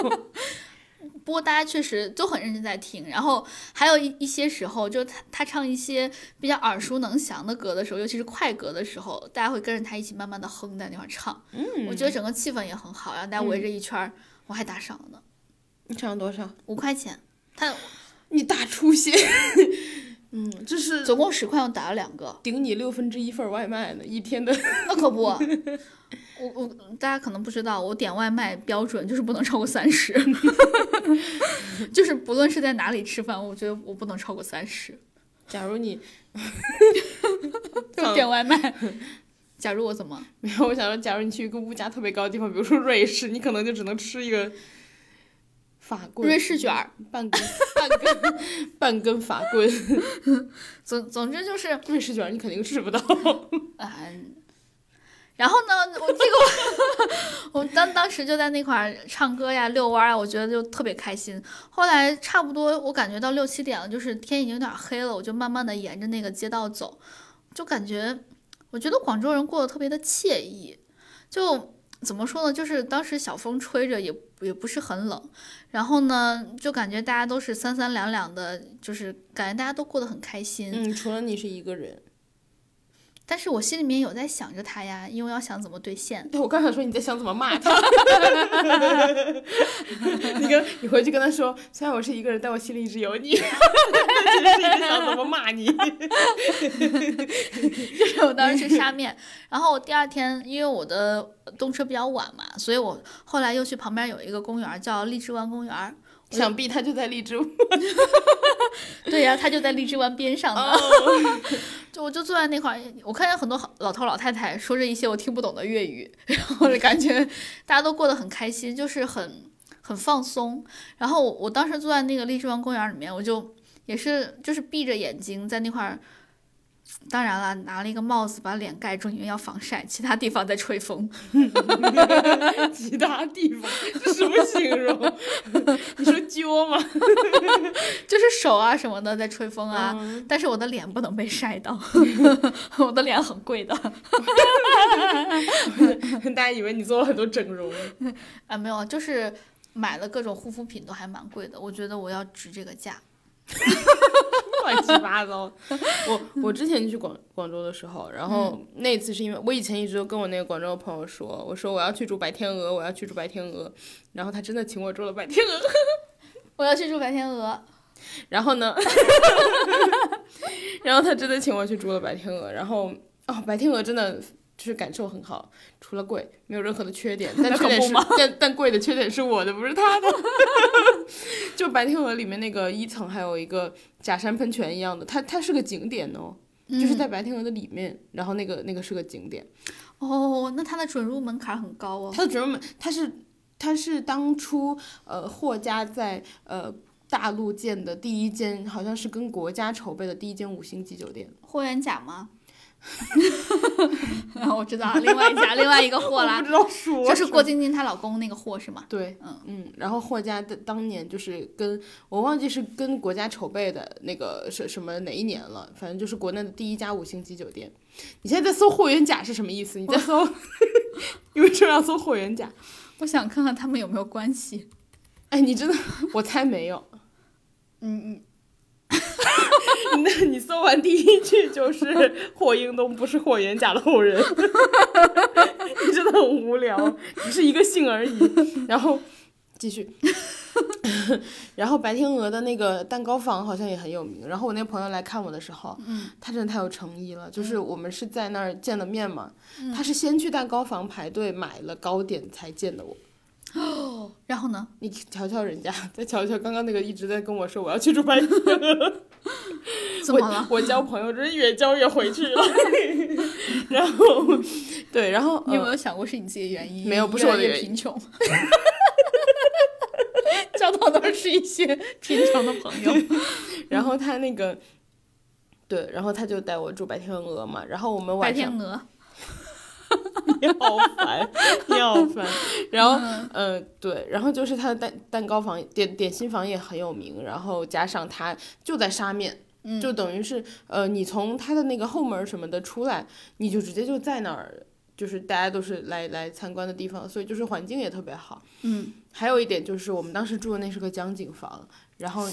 Speaker 2: 不过大家确实都很认真在听，然后还有一一些时候，就他他唱一些比较耳熟能详的歌的时候，尤其是快歌的时候，大家会跟着他一起慢慢的哼，在那块儿唱。嗯，我觉得整个气氛也很好，然后大家围着一圈儿，我还打赏了呢，
Speaker 3: 你唱了多少？
Speaker 2: 五块钱，他
Speaker 3: 你大出血。嗯，这是
Speaker 2: 总共十块，我打了两个，
Speaker 3: 顶你六分之一份儿外卖呢，一天的。
Speaker 2: 那可不。我我大家可能不知道，我点外卖标准就是不能超过三 十，就是不论是在哪里吃饭，我觉得我不能超过三十。
Speaker 3: 假如你
Speaker 2: 就
Speaker 3: 放
Speaker 2: 点外卖。假如我怎么？
Speaker 3: 没有，我想说，假如你去一个物价特别高的地方，比如说瑞士，你可能就只能吃一个法棍、嗯
Speaker 2: 瑞士卷儿，
Speaker 3: 半根、半根、半根法棍。
Speaker 2: 总总之就是，
Speaker 3: 瑞士卷儿你肯定吃不到。
Speaker 2: 嗯、然后呢，我这个我 我当当时就在那块儿唱歌呀、遛弯儿啊，我觉得就特别开心。后来差不多我感觉到六七点了，就是天已经有点黑了，我就慢慢的沿着那个街道走，就感觉我觉得广州人过得特别的惬意，就。怎么说呢？就是当时小风吹着也也不是很冷，然后呢，就感觉大家都是三三两两的，就是感觉大家都过得很开心。
Speaker 3: 嗯，除了你是一个人。
Speaker 2: 但是我心里面有在想着他呀，因为我要想怎么兑现。
Speaker 3: 对，我刚想说你在想怎么骂 他。你跟你回去跟他说，虽然我是一个人，但我心里一直有你。 其实是一直想怎么骂你。
Speaker 2: 就是 我 当时去沙面，然后我第二天因为我的动车比较晚嘛，所以我后来又去旁边有一个公园叫荔枝湾公园。
Speaker 3: 想必他就在荔枝 湾。
Speaker 2: 对呀、他就在荔枝湾边 上呢。
Speaker 3: 哦
Speaker 2: 就我就坐在那块儿，我看见很多老头老太太说着一些我听不懂的粤语， 然后就感觉大家都过得很开心，就是很很放松。然后我我当时坐在那个荔枝湾公园里面，我就也是就是闭着眼睛在那块儿。当然了，拿了一个帽子把脸盖住，因为要防晒，其他地方在吹风。
Speaker 3: 其他地方，这什么形容？ 你说揪吗？
Speaker 2: 就是手啊什么的在吹风啊，但是我的脸不能被晒到， 我的脸很贵的
Speaker 3: 大家以为你做了很多整容。
Speaker 2: 啊，没有，就是买了各种护肤品都还蛮贵的，我觉得我要值这个价。
Speaker 3: 乱七八糟。 我我之前去广广州的时候，然后那次是因为我以前一直都跟我那个广州的朋友说，我说我要去住白天鹅，我要去住白天鹅，然后他真的请我住了白天鹅。
Speaker 2: 我要去住白天鹅，
Speaker 3: 然后呢，然后他真的请我去住了白天鹅，然后哦，白天鹅真的。就是感受很好，除了贵，没有任何的缺点。但缺点是，但但贵的缺点是我的，不是他的。 就白天鹅里面那个一层还有一个假山喷泉一样的，它它是个景点哦，就是在白天鹅的里面，然后那个那个是个景点。
Speaker 2: 哦，那它的准入门槛很高哦。
Speaker 3: 它的准入门，它是它是当初呃霍家在呃大陆建的第一间，好像是跟国家筹备的第一间五星级酒店。
Speaker 2: 霍元甲吗？ 然后我知道了另外一家，另外一个霍啦，
Speaker 3: 知道说
Speaker 2: 就是郭晶晶她老公那个霍是吗？
Speaker 3: 对，
Speaker 2: 嗯
Speaker 3: 嗯，然后霍家的当年就是跟我忘记是跟国家筹备的那个什什么哪一年了，反正就是国内的第一家五星级酒店。你现在在搜霍元甲是什么意思？你在搜， 你为什么要搜霍元甲？
Speaker 2: 我想看看他们有没有关系。
Speaker 3: 哎，你真的，我猜没有。
Speaker 2: 嗯嗯，
Speaker 3: 那你搜完第一句就是霍英东不是霍元甲的后人，你真的很无聊，只是一个姓而已。然后继续，然后白天鹅的那个蛋糕房好像也很有名。然后我那朋友来看我的时候，嗯，他真的太有诚意了，
Speaker 2: 嗯
Speaker 3: 就是我们是在那儿见的面嘛，他是先去蛋糕房排队买了糕点才见的我。
Speaker 2: 然后呢？
Speaker 3: 你瞧瞧人家，再瞧瞧刚刚那个一直在跟我说我要去住白天鹅。
Speaker 2: 怎么了？
Speaker 3: 我我交朋友真是越交越回去 了。 然后，对，然后、
Speaker 2: 你有没
Speaker 3: 呃、
Speaker 2: 有想过是你自己的原因？
Speaker 3: 没有不是
Speaker 2: 越
Speaker 3: 我
Speaker 2: 来
Speaker 3: 的
Speaker 2: 越
Speaker 3: 原因
Speaker 2: 贫穷。 交到都是一些 贫穷的朋 友。
Speaker 3: 呃然后他那个，对，然后他就带我住白天鹅嘛。然后我们
Speaker 2: 白
Speaker 3: 晚
Speaker 2: 天
Speaker 3: 上
Speaker 2: 鹅，
Speaker 3: 你好烦，你好烦。然后，嗯、呃，对，然后就是他的蛋蛋糕房点点心房也很有名，然后加上他就在沙面。就等于是，呃，你从他的那个后门什么的出来，你就直接就在那儿，就是大家都是来来参观的地方，所以就是环境也特别好。
Speaker 2: 嗯，
Speaker 3: 还有一点就是，我们当时住的那是个江景房，然后，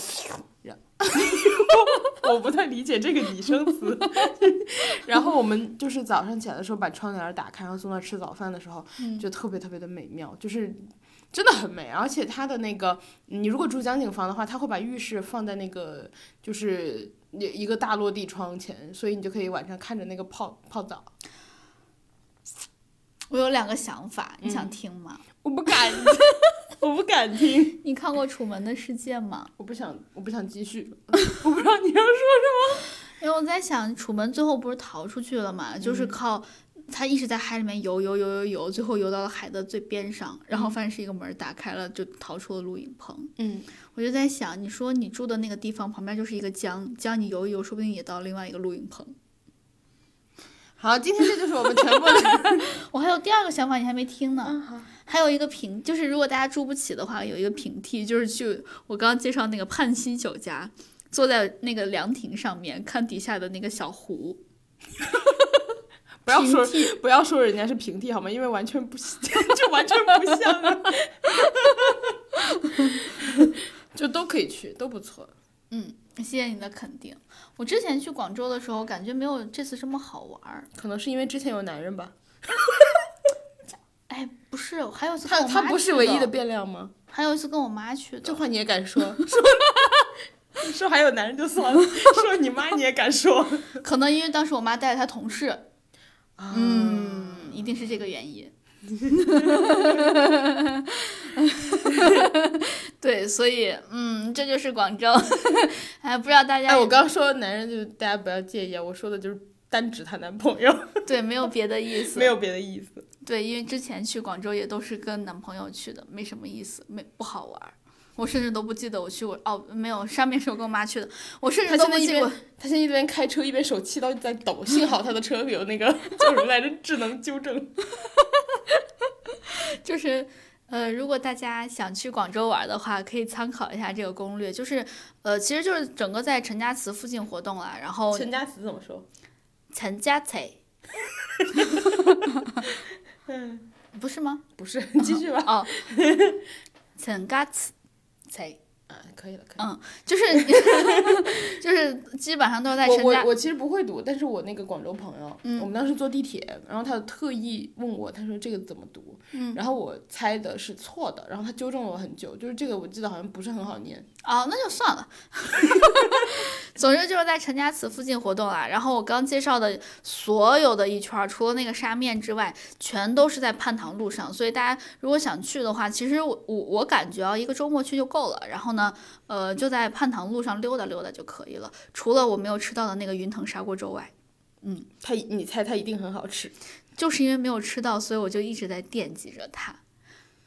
Speaker 3: 然， 我不太理解这个拟声词。然后我们就是早上起来的时候把窗帘打开，然后坐那儿吃早饭的时候，就特别特别的美妙，就是真的很美。而且它的那个，你如果住江景房的话，它会把浴室放在那个就是一一个大落地窗前，所以你就可以晚上看着那个泡泡澡。
Speaker 2: 我有两个想法，你
Speaker 3: 嗯
Speaker 2: 想听吗？
Speaker 3: 我不敢， 我不敢听，
Speaker 2: 你看过《楚门的世界》吗？
Speaker 3: 我不想，我不想继续了，我不知道你要说。
Speaker 2: 因为我在想，楚门最后不是逃出去了嘛，
Speaker 3: 嗯
Speaker 2: 就是靠他一直在海里面游游游游游，最后游到了海的最边上，然后发现是一个门打开了，就逃出了录影棚。
Speaker 3: 嗯，
Speaker 2: 我就在想，你说你住的那个地方旁边就是一个江，江你游一游，说不定也到另外一个录影棚。
Speaker 3: 好，今天这就是我们全部的
Speaker 2: 我还有第二个想法，你还没听呢。
Speaker 3: 嗯好
Speaker 2: 还有一个平，就是如果大家住不起的话，有一个平替，就是去我刚刚介绍那个泮溪酒家，坐在那个凉亭上面看底下的那个小湖。
Speaker 3: 不要说不要说人家是平替好吗？因为完全不像， 就完全不像 啊，就都可以去，都不错。
Speaker 2: 嗯，谢谢你的肯定。我之前去广州的时候，感觉没有这次这么好玩儿。
Speaker 3: 可能是因为之前有男人吧，
Speaker 2: 哎，不是，我还有一次跟
Speaker 3: 他
Speaker 2: 我妈
Speaker 3: 他不是
Speaker 2: 去
Speaker 3: 唯一的，变量吗？
Speaker 2: 还有一次跟我妈去的
Speaker 3: 这。话你也敢 说？说说还有男人就算了，说你妈你也敢 说？
Speaker 2: 可能因为当时我妈带着她同 事，
Speaker 3: 啊
Speaker 2: 嗯，一定是这个原因。 对，所以嗯，这就是广州。 哎，不知道大家
Speaker 3: 哎，
Speaker 2: 有
Speaker 3: 我刚说男人就大家不要介意啊，我说的就是单指她男 朋友，
Speaker 2: 对没有别的意思，
Speaker 3: 没有别的意思。
Speaker 2: 对，因为之前去广州也都是跟男朋友去的，没什么意思，没不好玩儿。我甚至都不记得我去过哦，没有，上面是我跟我妈去的，我甚至
Speaker 3: 他
Speaker 2: 都不
Speaker 3: 现在一
Speaker 2: 记
Speaker 3: 边
Speaker 2: 过。
Speaker 3: 他现在一边开车一边手气到在抖，幸好他的车有那个 叫什么来着智能纠 正。
Speaker 2: 就是呃，如果大家想去广州玩的话，可以参考一下这个攻略。就是呃，其实就是整个在陈家祠附近活动啦，然后
Speaker 3: 陈佳慈怎么说？
Speaker 2: 陈家 祠
Speaker 3: 嗯，
Speaker 2: 不是吗？
Speaker 3: 不是， 继续吧。
Speaker 2: 哦，陈家祠祠
Speaker 3: 啊，可以了，可以了。
Speaker 2: 就是 就是基本上都是在
Speaker 3: 我
Speaker 2: 陈
Speaker 3: 我
Speaker 2: 家。
Speaker 3: 我其实不会读，但是我那个广州朋友，
Speaker 2: 嗯
Speaker 3: 我们当时坐地铁，然后他特意问我，他说这个怎么读，
Speaker 2: 嗯
Speaker 3: 然后我猜的是错的，然后他纠正了我很久，就是这个我记得好像不是很好念。
Speaker 2: 哦，那就算了。 总之就是在陈家祠附近活动啦。然后我刚介绍的所有的一圈儿，除了那个沙面之外，全都是在泮塘路上。所以大家如果想去的话，其实我我我感觉啊，一个周末去就够了。然后呢，呃，就在泮塘路上溜达溜达就可以了。除了我没有吃到的那个云腾砂锅粥外，
Speaker 3: 他你猜他一定很好吃，
Speaker 2: 就是因为没有吃到，所以我就一直在惦记着它。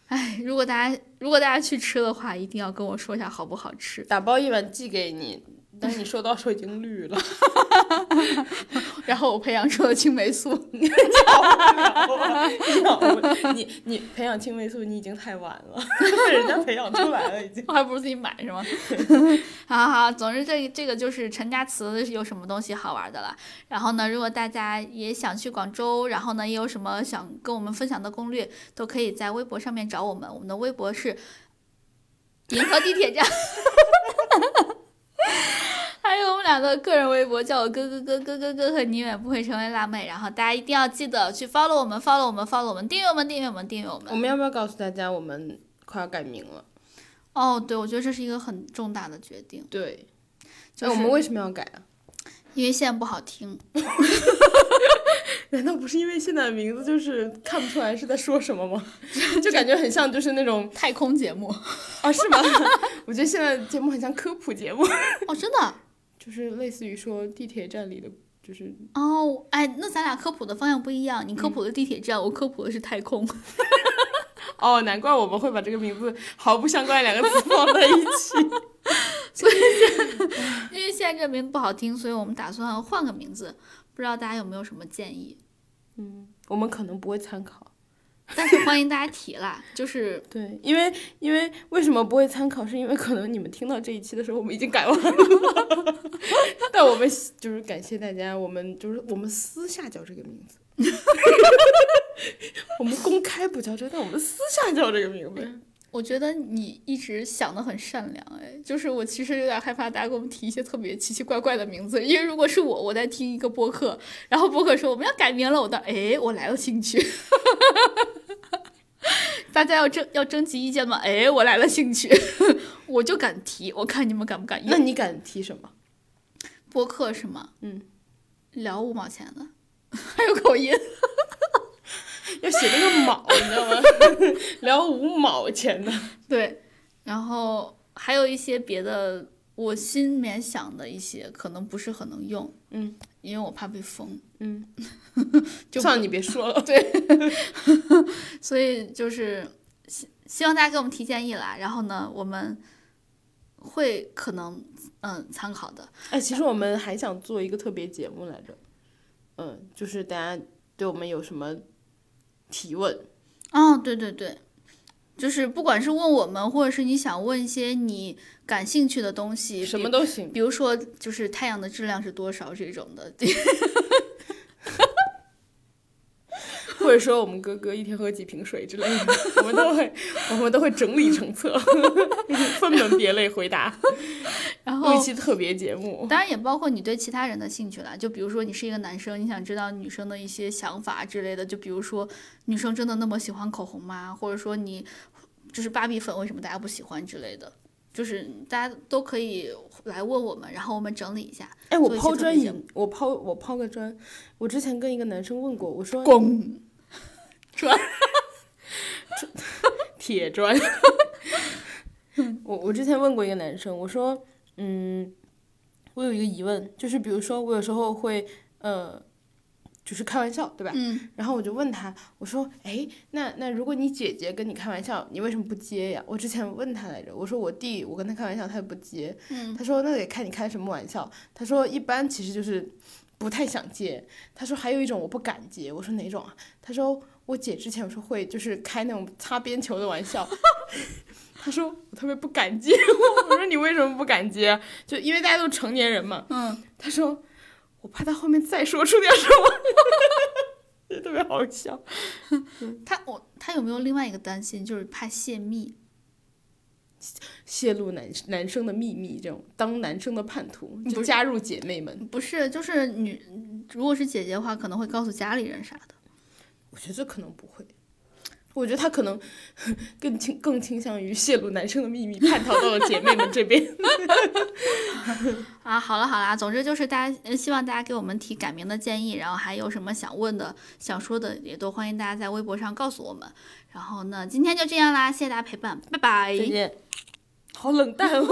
Speaker 2: 哎，如果大家如果大家去吃的话，一定要跟我说一下好不好吃。
Speaker 3: 打包一碗寄给你，但是你收到时候已经绿了，
Speaker 2: 然后我培养出了青霉素。
Speaker 3: 你你培养青霉素你已经太晚了， 被人家培养出来了已经。
Speaker 2: 我还不如自己买是吗？好好好，总之这这个就是陈家祠有什么东西好玩的了。然后呢，如果大家也想去广州，然后呢也有什么想跟我们分享的攻略，都可以在微博上面找我们。我们的微博是银河地铁站。 还有我们俩的个人微博，叫我哥哥哥哥哥哥和你永远不会成为辣妹。然后大家一定要记得去 follow 我们，follow 我们，follow 我们，订阅我们，订阅我们，订阅我们
Speaker 3: 我。们要不要告诉大家我们快要改名了？
Speaker 2: 哦，对，我觉得这是一个很重大的决定，
Speaker 3: 对，
Speaker 2: 就
Speaker 3: 哎，我
Speaker 2: 是
Speaker 3: 们为什么要改啊？
Speaker 2: 因为现在不好听。
Speaker 3: 难道不是因为现在的名字就是看不出来是在说什么 吗？就感觉很像就是那 种
Speaker 2: 太空节目
Speaker 3: 啊，是吗？ 我觉得现在的节目很像科普节目，
Speaker 2: 哦，真的
Speaker 3: 就是类似于说地铁站里的，就是
Speaker 2: 哦，哎，那咱俩科普的方向不一样，你科普的地铁站，我科普的是太空。
Speaker 3: 哦，难怪我们会把这个名字毫不相关两个字放在一起。
Speaker 2: 因为现在这名不好听，所以我们打算换个名字，不知道大家有没有什么建议？
Speaker 3: 嗯，我们可能不会参考。
Speaker 2: 但是欢迎大家提啦，就是
Speaker 3: 对，因为因为为什么不会参考，是因为可能你们听到这一期的时候，我们已经改完了。 但我们就是感谢大家，我们就是我们私下叫这个名字， 我们公开不叫这，但我们私下叫这个名字。
Speaker 2: 我觉得你一直想的很善良，哎，就是我其实有点害怕大家给我们提一些特别奇奇怪怪的名字，因为如果是我，我在听一个播客，然后播客说我们要改名了，我的哎，我来了兴趣。 大家要征要征集意见吗？哎，我来了兴趣， 我就敢提，我看你们敢不敢
Speaker 3: 那
Speaker 2: 用。
Speaker 3: 你敢提什么？
Speaker 2: 播客是吗？
Speaker 3: 嗯，
Speaker 2: 聊五毛钱的， 还有口音。
Speaker 3: 要写那个卯，你知道吗？ 聊五毛钱 的。
Speaker 2: 对，然后还有一些别的，我心里面想的一些可能不是很能用，
Speaker 3: 嗯，
Speaker 2: 因为我怕被封，
Speaker 3: 嗯，
Speaker 2: 就
Speaker 3: 算了，你别说了。
Speaker 2: 所以就是希希望大家给我们提建议啦，然后呢，我们会可能嗯参考的，
Speaker 3: 哎，其实我们还想做一个特别节目来着，嗯，就是大家对我们有什么提问？
Speaker 2: 哦，对对对，就是不管是问我们，或者是你想问一些你感兴趣的东西，
Speaker 3: 什
Speaker 2: 比
Speaker 3: 么都行。
Speaker 2: 比如说就是太阳的质量是多少这种的，
Speaker 3: 或者说我们哥哥一天喝几瓶水之类的，我们都会，我们都会整理成册， 分门别类回答，
Speaker 2: 然
Speaker 3: 录一
Speaker 2: 后。
Speaker 3: 期特别节目。
Speaker 2: 当然也包括你对其他人的兴趣啦，就比如说你是一个男生，你想知道女生的一些想法之类的，就比如说女生真的那么喜欢口红吗？或者说你就是芭比粉为什么大家不喜欢之类的，就是大家都可以来问我们，然后我们整理一下。
Speaker 3: 哎，我
Speaker 2: 做一期
Speaker 3: 抛
Speaker 2: 特
Speaker 3: 砖
Speaker 2: 别节
Speaker 3: 引，我抛我抛个砖。我之前跟一个男生问过，我说
Speaker 2: 滚！
Speaker 3: 铁砖。 我我之前问过一个男生，我说，嗯，我有一个疑问，就是比如说我有时候会，呃，就是开玩笑，对吧？
Speaker 2: 嗯。
Speaker 3: 然后我就问他，我说，哎，那那如果你姐姐跟你开玩笑，你为什么不接呀？我之前问他来着，我说我弟我跟他开玩笑，他也不接。
Speaker 2: 嗯。
Speaker 3: 他说那得看你开什么玩笑。他说一般其实就是不太想接。他说还有一种我不敢接。我说哪种啊？他说我姐之前有时候会就是开那种擦边球的 玩笑，他说我特别不敢接， 我说你为什么不敢接？就因为大家都成年人嘛。
Speaker 2: 嗯，
Speaker 3: 他说我怕他后面再说出点什么， 就特别好笑。
Speaker 2: 他我他有没有另外一个担心，就是怕泄密？
Speaker 3: 泄露男男生的秘密，这种当男生的叛徒，
Speaker 2: 不
Speaker 3: 就是加入姐妹们。
Speaker 2: 不是，就是女，如果是姐姐的话，可能会告诉家里人啥的。
Speaker 3: 我觉得这可能不会。我觉得他可能 更倾更倾向于泄露男生的秘密，叛逃到了姐妹们 这边。
Speaker 2: 啊，好了好了，总之就是大家呃希望大家给我们提改名的建议，然后还有什么想问的、想说的，也都欢迎大家在微博上告诉我们。然后呢，今天就这样啦，谢谢大家陪伴，拜拜。
Speaker 3: 哎见，好冷淡哦。